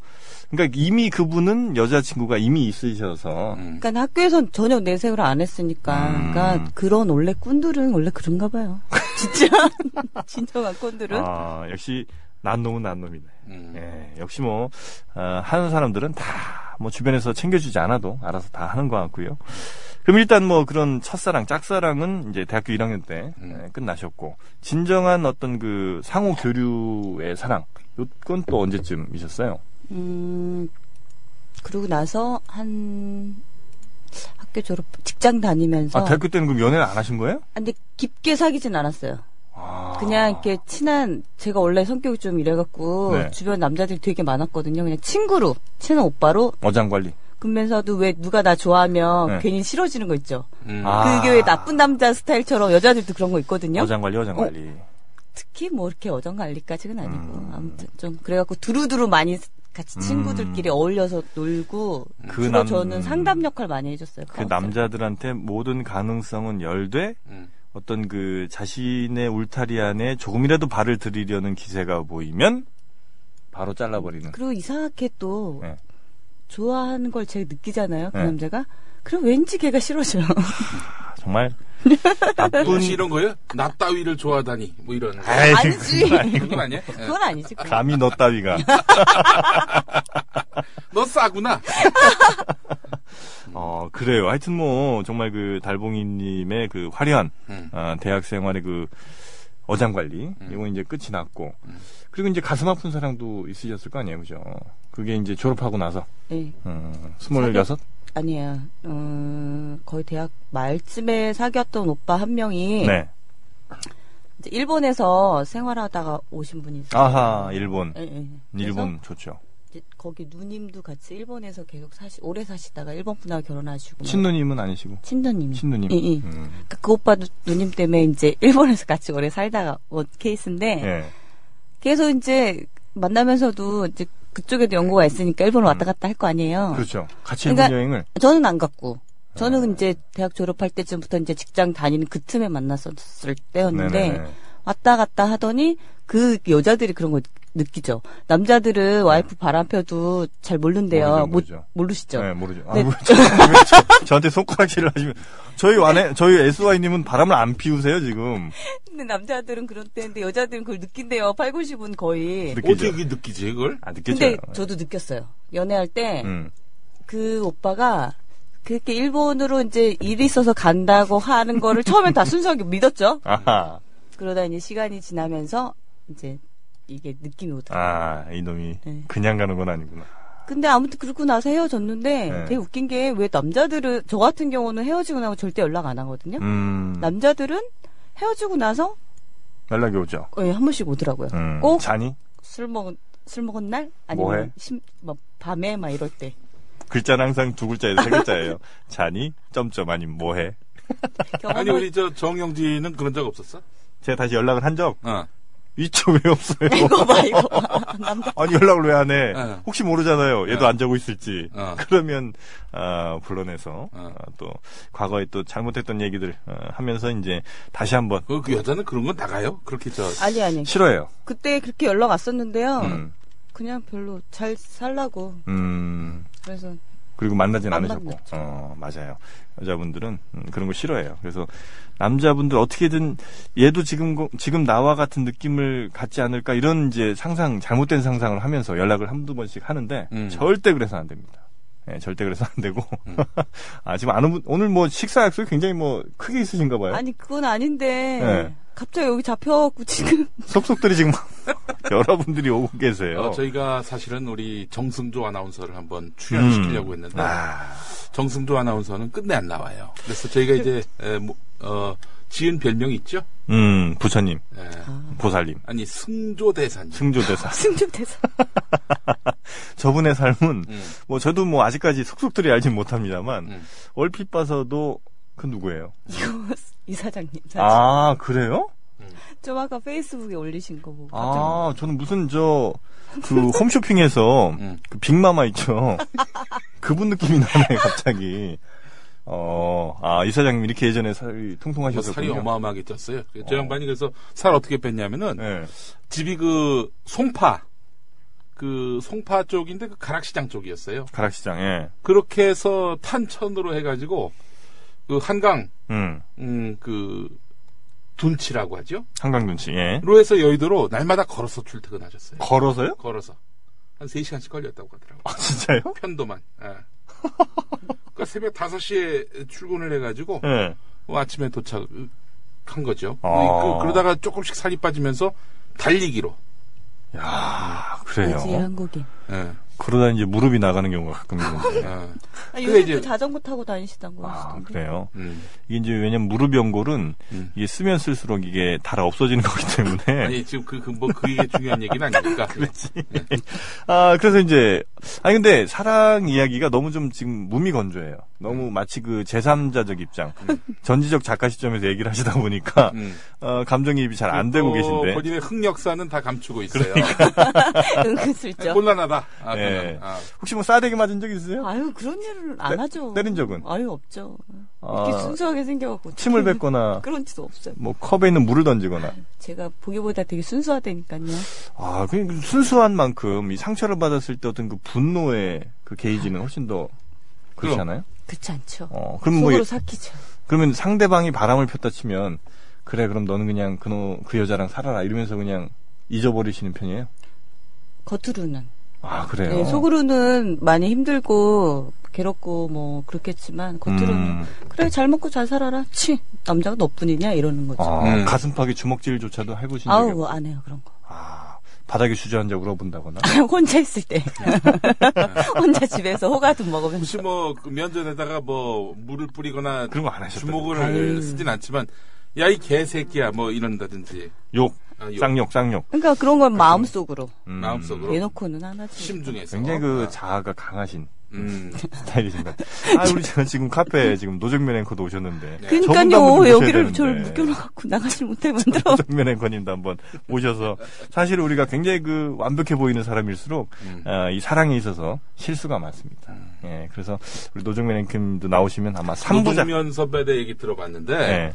[SPEAKER 2] 그러니까 이미 그분은 여자친구가 이미 있으셔서
[SPEAKER 3] 음.
[SPEAKER 1] 그러니까 학교에선 전혀 내색을 안 했으니까
[SPEAKER 2] 음.
[SPEAKER 1] 그러니까 그런 원래 꾼들은 원래 그런가 봐요. 진짜 진정한 꾼들은
[SPEAKER 2] 아, 역시 난 놈은 난 놈이네.
[SPEAKER 3] 음.
[SPEAKER 2] 예, 역시 뭐 어, 하는 사람들은 다 뭐 주변에서 챙겨주지 않아도 알아서 다 하는 것 같고요. 그럼 일단 뭐 그런 첫사랑, 짝사랑은 이제 대학교 1학년 때
[SPEAKER 3] 음.
[SPEAKER 2] 예, 끝나셨고 진정한 어떤 그 상호 교류의 사랑 요건 또 언제쯤이셨어요?
[SPEAKER 1] 음 그러고 나서 한 학교 졸업 직장 다니면서
[SPEAKER 2] 아 대학교 때는 그럼 연애를 안 하신 거예요?
[SPEAKER 1] 아, 근데 깊게 사귀진 않았어요.
[SPEAKER 2] 아.
[SPEAKER 1] 그냥 이렇게 친한 제가 원래 성격이 좀 이래갖고
[SPEAKER 2] 네.
[SPEAKER 1] 주변 남자들이 되게 많았거든요. 그냥 친구로 친한 오빠로
[SPEAKER 2] 어장 관리.
[SPEAKER 1] 그러면서도 왜 누가 나 좋아하면
[SPEAKER 2] 네.
[SPEAKER 1] 괜히 싫어지는 거 있죠.
[SPEAKER 3] 음.
[SPEAKER 2] 아.
[SPEAKER 1] 그게 왜 나쁜 남자 스타일처럼 여자들도 그런 거 있거든요.
[SPEAKER 2] 어장 관리, 어장
[SPEAKER 1] 어?
[SPEAKER 2] 관리.
[SPEAKER 1] 특히 뭐 이렇게 어정관리까지는 아니고
[SPEAKER 2] 음.
[SPEAKER 1] 아무튼 좀 그래갖고 두루두루 많이 같이 친구들끼리 어울려서 놀고
[SPEAKER 2] 음. 그
[SPEAKER 1] 주로
[SPEAKER 2] 남-
[SPEAKER 1] 저는 상담 역할 많이 해줬어요. 네.
[SPEAKER 2] 그
[SPEAKER 1] 카운셀.
[SPEAKER 2] 남자들한테 모든 가능성은 열되
[SPEAKER 3] 음.
[SPEAKER 2] 어떤 그 자신의 울타리 안에 조금이라도 발을 들이려는 기세가 보이면 바로 잘라버리는.
[SPEAKER 1] 그리고 이상하게 또
[SPEAKER 2] 네.
[SPEAKER 1] 좋아하는 걸 제가 느끼잖아요. 그
[SPEAKER 2] 네.
[SPEAKER 1] 남자가 그럼 왠지 걔가 싫어져요.
[SPEAKER 2] 아, 정말
[SPEAKER 3] 뭐
[SPEAKER 2] 나쁜.
[SPEAKER 3] 혹시 이런 거예요? 나 따위를 좋아하다니. 뭐 이런. 거.
[SPEAKER 2] 에이,
[SPEAKER 1] 아니지.
[SPEAKER 3] 그건 아니에요? 예.
[SPEAKER 1] 그건 아니지. 그건.
[SPEAKER 2] 감히 너 네, 따위가.
[SPEAKER 3] 너 싸구나.
[SPEAKER 2] 어 그래요. 하여튼 뭐 정말 그 달봉이님의 그 화려한
[SPEAKER 3] 음.
[SPEAKER 2] 아, 대학 생활의 그 어장 관리
[SPEAKER 3] 음.
[SPEAKER 2] 이건 이제 끝이 났고
[SPEAKER 3] 음.
[SPEAKER 2] 그리고 이제 가슴 아픈 사랑도 있으셨을 거 아니에요, 그죠? 그게 이제 졸업하고 나서
[SPEAKER 1] 네,
[SPEAKER 2] 음, 스물여섯.
[SPEAKER 1] 아니에요. 음, 거의 대학 말쯤에 사귀었던 오빠 한 명이
[SPEAKER 2] 네.
[SPEAKER 1] 이제 일본에서 생활하다가 오신 분이 있어요.
[SPEAKER 2] 아하 일본.
[SPEAKER 1] 예, 예. 그래서
[SPEAKER 2] 일본 좋죠.
[SPEAKER 1] 이제 거기 누님도 같이 일본에서 계속 사시 오래 사시다가 일본 분하고 결혼하시고
[SPEAKER 2] 친누님은 아니시고
[SPEAKER 1] 친누님
[SPEAKER 2] 친누님.
[SPEAKER 1] 예, 예.
[SPEAKER 2] 음.
[SPEAKER 1] 그, 그 오빠도 누님 때문에 이제 일본에서 같이 오래 살다가 온 케이스인데
[SPEAKER 2] 예.
[SPEAKER 1] 계속 이제 만나면서도 이제 그쪽에도 연고가 있으니까 일본 왔다 갔다 할 거 아니에요.
[SPEAKER 2] 음. 그렇죠. 같이
[SPEAKER 1] 그러니까-
[SPEAKER 2] 일본 여행을.
[SPEAKER 1] 저는 안 갔고
[SPEAKER 2] 네.
[SPEAKER 1] 저는 이제 대학 졸업할 때쯤부터 이제 직장 다니는 그 틈에 만났었을 때였는데
[SPEAKER 2] 네네네.
[SPEAKER 1] 왔다 갔다 하더니 그 여자들이 그런 거 느끼죠. 남자들은 와이프 바람 펴도 잘 모른대요.
[SPEAKER 2] 네. 모르죠,
[SPEAKER 1] 모-
[SPEAKER 2] 모르죠.
[SPEAKER 1] 모르시죠.
[SPEAKER 2] 네, 모르죠. 아,
[SPEAKER 1] 네.
[SPEAKER 2] 뭐, 저, 왜 저, 저한테 손가락질을 하시면 저희 와네 저희 SY님은 바람을 안 피우세요 지금
[SPEAKER 1] 근데 남자들은 그런 때인데 여자들은 그걸 느낀대요. 8, 90은 거의.
[SPEAKER 2] 느끼죠?
[SPEAKER 3] 어떻게 그게 느끼지, 그걸?
[SPEAKER 2] 아 느끼죠.
[SPEAKER 1] 네. 근데 저도 느꼈어요. 연애할 때 그
[SPEAKER 2] 음.
[SPEAKER 1] 오빠가 그렇게 일본으로 이제 일이 있어서 간다고 하는 거를 처음엔 다 순수하게 믿었죠.
[SPEAKER 2] 아하.
[SPEAKER 1] 그러다 이제 시간이 지나면서 이제 이게 느낌이 오더라고요.
[SPEAKER 2] 아 이놈이
[SPEAKER 1] 네.
[SPEAKER 2] 그냥 가는 건 아니구나.
[SPEAKER 1] 근데 아무튼 그러고 나서 헤어졌는데
[SPEAKER 2] 네.
[SPEAKER 1] 되게 웃긴 게 왜 남자들은 저 같은 경우는 헤어지고 나면 절대 연락 안 하거든요.
[SPEAKER 2] 음.
[SPEAKER 1] 네. 남자들은 헤어지고 나서
[SPEAKER 2] 연락이 오죠.
[SPEAKER 1] 예, 한 번씩 오더라고요.
[SPEAKER 2] 음.
[SPEAKER 1] 꼭
[SPEAKER 2] 잔이
[SPEAKER 1] 술 먹은 술 먹은 날
[SPEAKER 2] 뭐
[SPEAKER 1] 아니면
[SPEAKER 2] 해?
[SPEAKER 1] 심, 막 밤에 막 이럴 때
[SPEAKER 2] 글자는 항상 두 글자예요, 세 글자예요. 잔이 점점 아니면 뭐해?
[SPEAKER 1] 경험을
[SPEAKER 3] 아니, 우리 저 정영진은 그런 적 없었어?
[SPEAKER 2] 제가 다시 연락을 한 적
[SPEAKER 3] 어.
[SPEAKER 2] 이쪽 왜 없어요?
[SPEAKER 1] 이거 봐, 이거 봐. 남자.
[SPEAKER 2] 아니 연락을 왜 안 해?
[SPEAKER 3] 네.
[SPEAKER 2] 혹시 모르잖아요. 얘도
[SPEAKER 3] 네.
[SPEAKER 2] 안 자고 있을지.
[SPEAKER 3] 어.
[SPEAKER 2] 그러면 아, 불러내서
[SPEAKER 3] 네.
[SPEAKER 2] 아, 또 과거에 또 잘못했던 얘기들 어, 하면서 이제 다시 한번
[SPEAKER 3] 그, 그 여자는 그런 건 나가요? 그렇게 저
[SPEAKER 1] 아니, 아니.
[SPEAKER 2] 싫어요.
[SPEAKER 1] 그때 그렇게 연락 왔었는데요.
[SPEAKER 2] 음,
[SPEAKER 1] 그냥 별로 잘 살라고.
[SPEAKER 2] 음,
[SPEAKER 1] 그래서
[SPEAKER 2] 그리고 만나진
[SPEAKER 1] 안
[SPEAKER 2] 않으셨고.
[SPEAKER 1] 만났죠.
[SPEAKER 2] 어, 맞아요. 여자분들은 음, 그런 거 싫어해요. 그래서 남자분들 어떻게든 얘도 지금 거- 지금 나와 같은 느낌을 갖지 않을까 이런 이제 상상 잘못된 상상을 하면서 연락을 한두 번씩 하는데
[SPEAKER 3] 음.
[SPEAKER 2] 절대 그래서 안 됩니다. 예, 절대 그래서 안 되고. 아, 지금 아는 분, 오늘 뭐 식사 약속이 굉장히 뭐 크게 있으신가 봐요.
[SPEAKER 1] 아니 그건 아닌데
[SPEAKER 2] 네.
[SPEAKER 1] 갑자기 여기 잡혀갖고 지금
[SPEAKER 2] 속속들이 지금 여러분들이 오고 계세요.
[SPEAKER 3] 어, 저희가 사실은 우리 정승조 아나운서를 한번 출연시키려고
[SPEAKER 2] 음.
[SPEAKER 3] 했는데
[SPEAKER 2] 아,
[SPEAKER 3] 정승조 아나운서는 끝내 안 나와요. 그래서 저희가 이제 에, 뭐, 어, 지은 별명이 있죠.
[SPEAKER 2] 음, 부처님,
[SPEAKER 3] 예.
[SPEAKER 2] 보살님,
[SPEAKER 3] 아니 승조 대사님.
[SPEAKER 2] 승조대사.
[SPEAKER 1] 승조대사
[SPEAKER 2] 저분의 삶은
[SPEAKER 3] 음,
[SPEAKER 2] 뭐 저도 뭐 아직까지 속속들이 알진 못합니다만
[SPEAKER 3] 음.
[SPEAKER 2] 얼핏 봐서도 그 누구예요?
[SPEAKER 1] 이거 이 사장님
[SPEAKER 3] 네.
[SPEAKER 1] 사진
[SPEAKER 2] 아, 그래요?
[SPEAKER 1] 좀 아까 페이스북에 올리신 거 보고 갑자기
[SPEAKER 2] 아, 저는 무슨 저, 그 홈쇼핑에서
[SPEAKER 3] 음.
[SPEAKER 2] 그 빅마마 있죠? 그분 느낌이 나네, 갑자기. 어, 아, 이사장님 이렇게 예전에 살이
[SPEAKER 3] 뭐 살이
[SPEAKER 2] 통통하셨었군요.
[SPEAKER 3] 어마어마하게 쪘어요.
[SPEAKER 2] 어.
[SPEAKER 3] 저 양반이 그래서 살 어떻게 뺐냐면은
[SPEAKER 2] 네.
[SPEAKER 3] 집이 그 송파 그 송파 쪽인데 그 가락시장 쪽이었어요.
[SPEAKER 2] 가락시장, 예.
[SPEAKER 3] 그렇게 해서 탄천으로 해가지고 그 한강
[SPEAKER 2] 음.
[SPEAKER 3] 음, 그 둔치라고 하죠.
[SPEAKER 2] 한강 눈치, 예.
[SPEAKER 3] 로에서 여의도로 날마다 걸어서 출퇴근하셨어요.
[SPEAKER 2] 걸어서요?
[SPEAKER 3] 걸어서 한 3시간씩 걸렸다고 하더라고요.
[SPEAKER 2] 아, 진짜요?
[SPEAKER 3] 편도만. 예. 그러니까 새벽 5시에 출근을 해가지고
[SPEAKER 2] 예.
[SPEAKER 3] 어, 아침에 도착한 거죠.
[SPEAKER 2] 아.
[SPEAKER 3] 그, 러다가 조금씩 살이 빠지면서 달리기로.
[SPEAKER 2] 야
[SPEAKER 1] 아지
[SPEAKER 2] 그래요.
[SPEAKER 1] 한국인
[SPEAKER 3] 예.
[SPEAKER 2] 그러다 이제 무릎이 나가는 경우가 가끔 있는데.
[SPEAKER 3] 예.
[SPEAKER 1] 아,
[SPEAKER 3] 그게
[SPEAKER 1] 요새
[SPEAKER 3] 이제-
[SPEAKER 1] 도 자전거 타고 다니시던 거
[SPEAKER 2] 아,
[SPEAKER 1] 같던데
[SPEAKER 2] 그래요.
[SPEAKER 3] 음.
[SPEAKER 2] 이게 이제 왜냐면 무릎 연골은
[SPEAKER 3] 음.
[SPEAKER 2] 이게 쓰면 쓸수록 이게 달아 없어지는 거기 때문에.
[SPEAKER 3] 아니 지금 그 그 뭐 그게 중요한 얘기는 아니니까.
[SPEAKER 2] 아, 그래서 이제, 아니, 근데 사랑 이야기가 너무 좀 지금 몸이 건조해요. 너무
[SPEAKER 3] 음.
[SPEAKER 2] 마치 그 제3자적 입장, 전지적 작가 시점에서 얘기를 하시다 보니까,
[SPEAKER 3] 음.
[SPEAKER 2] 어, 감정이입이 잘 안 되고
[SPEAKER 3] 또
[SPEAKER 2] 계신데.
[SPEAKER 3] 본인의 흑역사는 다 감추고 있어요.
[SPEAKER 1] 은근슬쩍
[SPEAKER 3] 곤란하다. 아,
[SPEAKER 2] 예.
[SPEAKER 3] 곤란. 아.
[SPEAKER 2] 혹시 뭐 싸대기 맞은 적 있으세요?
[SPEAKER 1] 아유 그런 일을 안
[SPEAKER 2] 때-
[SPEAKER 1] 하죠
[SPEAKER 2] 때린 적은?
[SPEAKER 1] 아유 없죠 이렇게
[SPEAKER 2] 아,
[SPEAKER 1] 순수하게 생겨갖고
[SPEAKER 2] 침을
[SPEAKER 1] 어떻게
[SPEAKER 2] 뱉거나,
[SPEAKER 1] 그런 짓도 없어요
[SPEAKER 2] 뭐 컵에 있는 물을 던지거나.
[SPEAKER 1] 제가 보기보다 되게 순수하다니까요
[SPEAKER 2] 아, 그 순수한 만큼 이 상처를 받았을 때 어떤 그 분노의 그 게이지는 훨씬 더 그렇지
[SPEAKER 3] 그럼.
[SPEAKER 2] 않아요?
[SPEAKER 1] 그렇지 않죠
[SPEAKER 2] 어, 그럼 뭐,
[SPEAKER 1] 속으로
[SPEAKER 2] 이-
[SPEAKER 1] 삭히죠
[SPEAKER 2] 그러면 상대방이 바람을 폈다 치면 그래 그럼 너는 그냥 그, 노- 그 여자랑 살아라 이러면서 그냥 잊어버리시는 편이에요?
[SPEAKER 1] 겉으로는
[SPEAKER 2] 아 그래요.
[SPEAKER 1] 네, 속으로는 많이 힘들고 괴롭고 뭐 그렇겠지만 겉으로는
[SPEAKER 2] 음.
[SPEAKER 1] 그래 잘 먹고 잘 살아라 치 남자가 너뿐이냐 이러는 거죠
[SPEAKER 2] 아,
[SPEAKER 3] 음.
[SPEAKER 2] 가슴팍에 주먹질조차도 해보신 적이
[SPEAKER 1] 아우
[SPEAKER 2] 없...
[SPEAKER 1] 안 해요 그런 거
[SPEAKER 2] 아 바닥에 주저앉아 울어본다거나.
[SPEAKER 1] 혼자 있을 때 혼자 집에서 호가도
[SPEAKER 3] 혹시
[SPEAKER 1] 먹으면서
[SPEAKER 3] 뭐, 그 면전에다가 뭐, 물을 뿌리거나
[SPEAKER 2] 그런 거 안 하셨다.
[SPEAKER 3] 주먹을
[SPEAKER 1] 아유.
[SPEAKER 3] 쓰진 않지만, 야, 이 개새끼야, 뭐, 이런다든지.
[SPEAKER 2] 욕,
[SPEAKER 3] 아, 요
[SPEAKER 2] 쌍욕, 쌍욕.
[SPEAKER 1] 그러니까 그런 건 마음속으로
[SPEAKER 2] 그렇죠. 음.
[SPEAKER 3] 마음속으로.
[SPEAKER 1] 내놓고는 안 하지
[SPEAKER 3] 심중에서.
[SPEAKER 2] 굉장히 그
[SPEAKER 3] 아,
[SPEAKER 2] 자아가 강하신
[SPEAKER 3] 음.
[SPEAKER 2] 스타일이신 것 같아요. 아, 우리 저 지금 카페에 지금 노정면 앵커도 오셨는데.
[SPEAKER 3] 네.
[SPEAKER 2] 저분도 한번
[SPEAKER 1] 그러니까요
[SPEAKER 2] 모셔야
[SPEAKER 1] 여기를
[SPEAKER 2] 되는데.
[SPEAKER 1] 저를 묶여놔갖고 나가질 못해 만들어
[SPEAKER 2] 노정면 앵커님도 한번 모셔서. 사실 우리가 굉장히 그 완벽해 보이는 사람일수록
[SPEAKER 3] 음.
[SPEAKER 2] 아, 이 사랑에 있어서 실수가 많습니다. 예, 그래서 우리 노정면 앵커님도 나오시면 아마 3부작.
[SPEAKER 3] 노중면 선배의 얘기 들어봤는데,
[SPEAKER 2] 예.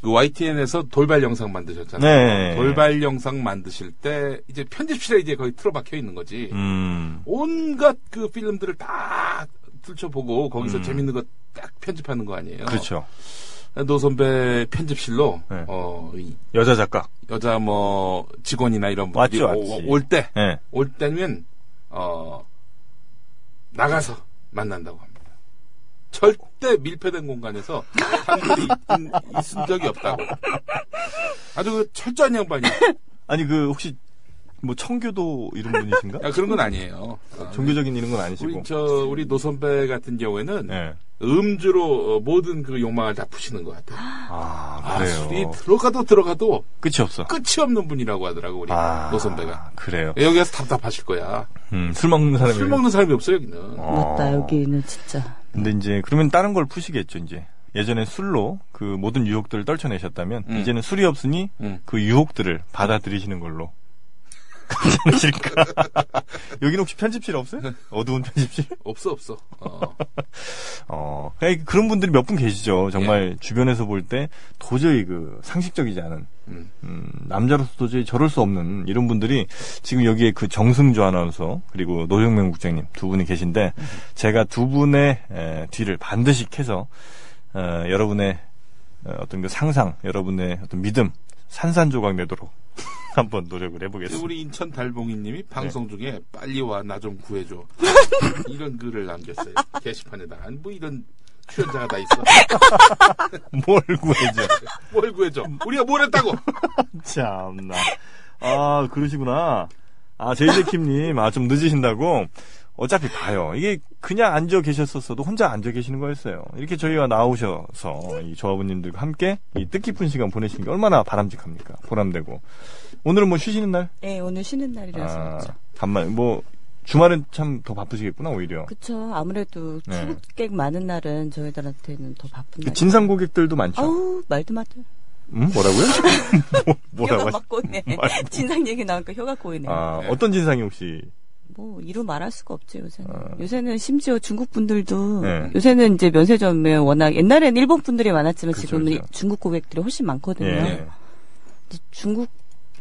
[SPEAKER 3] 그 YTN에서 돌발 영상 만드셨잖아요.
[SPEAKER 2] 네.
[SPEAKER 3] 돌발 영상 만드실 때, 이제 편집실에 이제 거의 틀어박혀 있는 거지.
[SPEAKER 2] 음.
[SPEAKER 3] 온갖 그 필름들을 다 들춰보고, 거기서
[SPEAKER 2] 음.
[SPEAKER 3] 재밌는 거 딱 편집하는 거 아니에요.
[SPEAKER 2] 그렇죠.
[SPEAKER 3] 노 선배 편집실로,
[SPEAKER 2] 네.
[SPEAKER 3] 어, 이
[SPEAKER 2] 여자 작가.
[SPEAKER 3] 여자 뭐 직원이나 이런 분들이
[SPEAKER 2] 왔죠, 왔지.
[SPEAKER 3] 올 때 올
[SPEAKER 2] 예.
[SPEAKER 3] 때면 어 나가서 만난다고 합니다. 절대 밀폐된 공간에서 사람들이 있, 있은 적이 없다고. 아주 그 철저한 양반이.
[SPEAKER 2] 아니 그 혹시 뭐 청교도 이런 분이신가?
[SPEAKER 3] 야, 그런 건 아니에요. 어,
[SPEAKER 2] 종교적인 이런 건 아니시고.
[SPEAKER 3] 우리 저 우리 노 선배 같은 경우에는
[SPEAKER 2] 예.
[SPEAKER 3] 음주로 어, 모든 그 욕망을 다 푸시는 것 같아요.
[SPEAKER 2] 아,
[SPEAKER 3] 아, 술이
[SPEAKER 2] 그래요.
[SPEAKER 3] 들어가도 들어가도
[SPEAKER 2] 끝이 없어.
[SPEAKER 3] 끝이 없는 분이라고 하더라고 우리
[SPEAKER 2] 아,
[SPEAKER 3] 노 선배가.
[SPEAKER 2] 그래요.
[SPEAKER 3] 여기에서 답답하실 거야.
[SPEAKER 2] 음, 술 먹는 사람이.
[SPEAKER 3] 술 먹는 사람이 없어요, 여기는.
[SPEAKER 2] 어.
[SPEAKER 1] 맞다 여기는 진짜
[SPEAKER 2] 근데 이제 그러면 다른 걸 푸시겠죠, 이제. 예전에 술로 그 모든 유혹들을 떨쳐내셨다면
[SPEAKER 3] 음.
[SPEAKER 2] 이제는 술이 없으니
[SPEAKER 3] 음.
[SPEAKER 2] 그 유혹들을 받아들이시는 걸로 괜찮으실까? 여기는 혹시 편집실 없어요?
[SPEAKER 3] 네.
[SPEAKER 2] 어두운 편집실?
[SPEAKER 3] 없어 없어. 어.
[SPEAKER 2] 어, 그냥 그런 분들이 몇 분 계시죠.
[SPEAKER 3] 예.
[SPEAKER 2] 정말 주변에서 볼 때 도저히 그 상식적이지 않은
[SPEAKER 3] 음.
[SPEAKER 2] 음, 남자로서 도저히 저럴 수 없는 이런 분들이 지금 여기에 그 정승조 아나운서 그리고 노정명 국장님 두 분이 계신데 제가 두 분의 에, 뒤를 반드시 캐서 어, 여러분의 어, 어떤 그 상상, 여러분의 어떤 믿음 산산조각 내도록 한번 노력을 해보겠습니다. 네.
[SPEAKER 3] 우리 인천 달봉이님이 방송 중에 빨리 와 나 좀 구해줘 이런 글을 남겼어요 게시판에다 아니, 뭐 이런 출연자가 다 있어
[SPEAKER 2] 뭘 구해줘?
[SPEAKER 3] 뭘 구해줘 우리가 뭘 했다고
[SPEAKER 2] 참나. 아, 그러시구나. 아, 제이제킴님, 아, 좀 늦으신다고? 어차피 봐요. 이게 그냥 앉아 계셨었어도 혼자 앉아 계시는 거였어요. 이렇게 저희와 나오셔서 이 조합원님들과 함께 이 뜻깊은 시간 보내시는 게 얼마나 바람직합니까? 보람되고. 오늘은 뭐 쉬시는 날?
[SPEAKER 1] 예, 오늘 쉬는 날이라서.
[SPEAKER 2] 아,
[SPEAKER 1] 그렇죠.
[SPEAKER 2] 간만, 뭐, 주말은 참 더 바쁘시겠구나, 오히려.
[SPEAKER 1] 그쵸. 아무래도
[SPEAKER 2] 네.
[SPEAKER 1] 출국객 많은 날은 저희들한테는 더 바쁜
[SPEAKER 2] 그
[SPEAKER 1] 날.
[SPEAKER 2] 진상 고객들도 많죠?
[SPEAKER 1] 아우, 말도 마들.
[SPEAKER 2] 음, 뭐라고요? 뭐, 뭐라고
[SPEAKER 1] 혀가
[SPEAKER 2] 하시
[SPEAKER 1] 막 꼬이네.
[SPEAKER 2] 말도-
[SPEAKER 1] 진상 얘기 나오니까 혀가 꼬이네. 요
[SPEAKER 2] 아, 어떤 진상이 혹시
[SPEAKER 1] 뭐 이루 말할 수가 없죠 요새는.
[SPEAKER 2] 어.
[SPEAKER 1] 요새는 심지어 중국 분들도
[SPEAKER 2] 네.
[SPEAKER 1] 요새는 이제 면세점에 워낙 옛날에는 일본 분들이 많았지만
[SPEAKER 2] 그쵸,
[SPEAKER 1] 지금은
[SPEAKER 2] 그쵸.
[SPEAKER 1] 중국 고객들이 훨씬 많거든요.
[SPEAKER 2] 예.
[SPEAKER 1] 이제 중국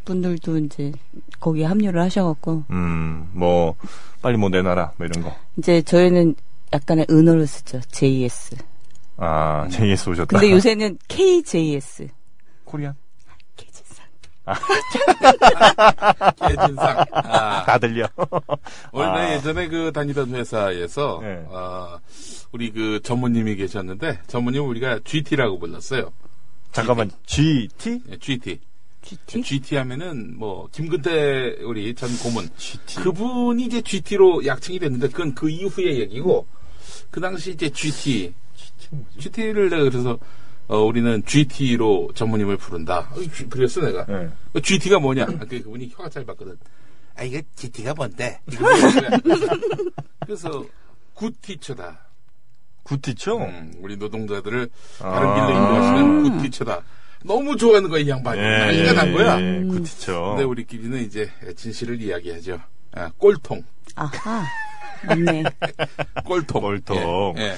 [SPEAKER 1] 분들도 이제 거기에 합류를 하셔갖고
[SPEAKER 2] 음, 뭐, 빨리 뭐 내놔라, 뭐 이런 거.
[SPEAKER 1] 이제 저희는 약간의 은어를 쓰죠. JS.
[SPEAKER 2] 아,
[SPEAKER 3] 음.
[SPEAKER 2] JS 오셨다.
[SPEAKER 1] 근데 요새는 KJS.
[SPEAKER 2] 코리안?
[SPEAKER 1] KJS.
[SPEAKER 3] 개진상 아,
[SPEAKER 2] 다 들려.
[SPEAKER 3] 원래
[SPEAKER 2] 아.
[SPEAKER 3] 예전에 그 다니던 회사에서
[SPEAKER 2] 네.
[SPEAKER 3] 어, 우리 그 전무님이 계셨는데 전무님 우리가 GT라고 불렀어요
[SPEAKER 2] 잠깐만, GT?
[SPEAKER 3] 예, GT
[SPEAKER 1] GT?
[SPEAKER 3] GT 하면은 뭐 김근태 우리 전 고문
[SPEAKER 2] GT.
[SPEAKER 3] 그분이 이제 GT로 약칭이 됐는데 그건 그 이후의 얘기고 그 당시 이제 GT GT를 내가 그래서 어, 우리는 GT로 전무님을 부른다. 어, 주- 그랬어 내가.
[SPEAKER 2] 네.
[SPEAKER 3] GT가 뭐냐? 아, 그 그분이 혀가 짧았거든. 아 이거 GT가 뭔데? 그래서 굿티처다.
[SPEAKER 2] 굿티죠?
[SPEAKER 3] 음, 우리 노동자들을
[SPEAKER 2] 아.
[SPEAKER 3] 다른 길로 인도하시는 굿티처다. 너무 좋아하는 거야 이 양반이. 난리가 난 거야. 음.
[SPEAKER 2] 예, 굿티죠.
[SPEAKER 3] 근데 우리끼리는 이제 진실을 이야기하죠. 아, 꼴통.
[SPEAKER 1] 아하. 맞네.
[SPEAKER 3] 꼴통.
[SPEAKER 2] 꼴통.
[SPEAKER 3] 예, 예.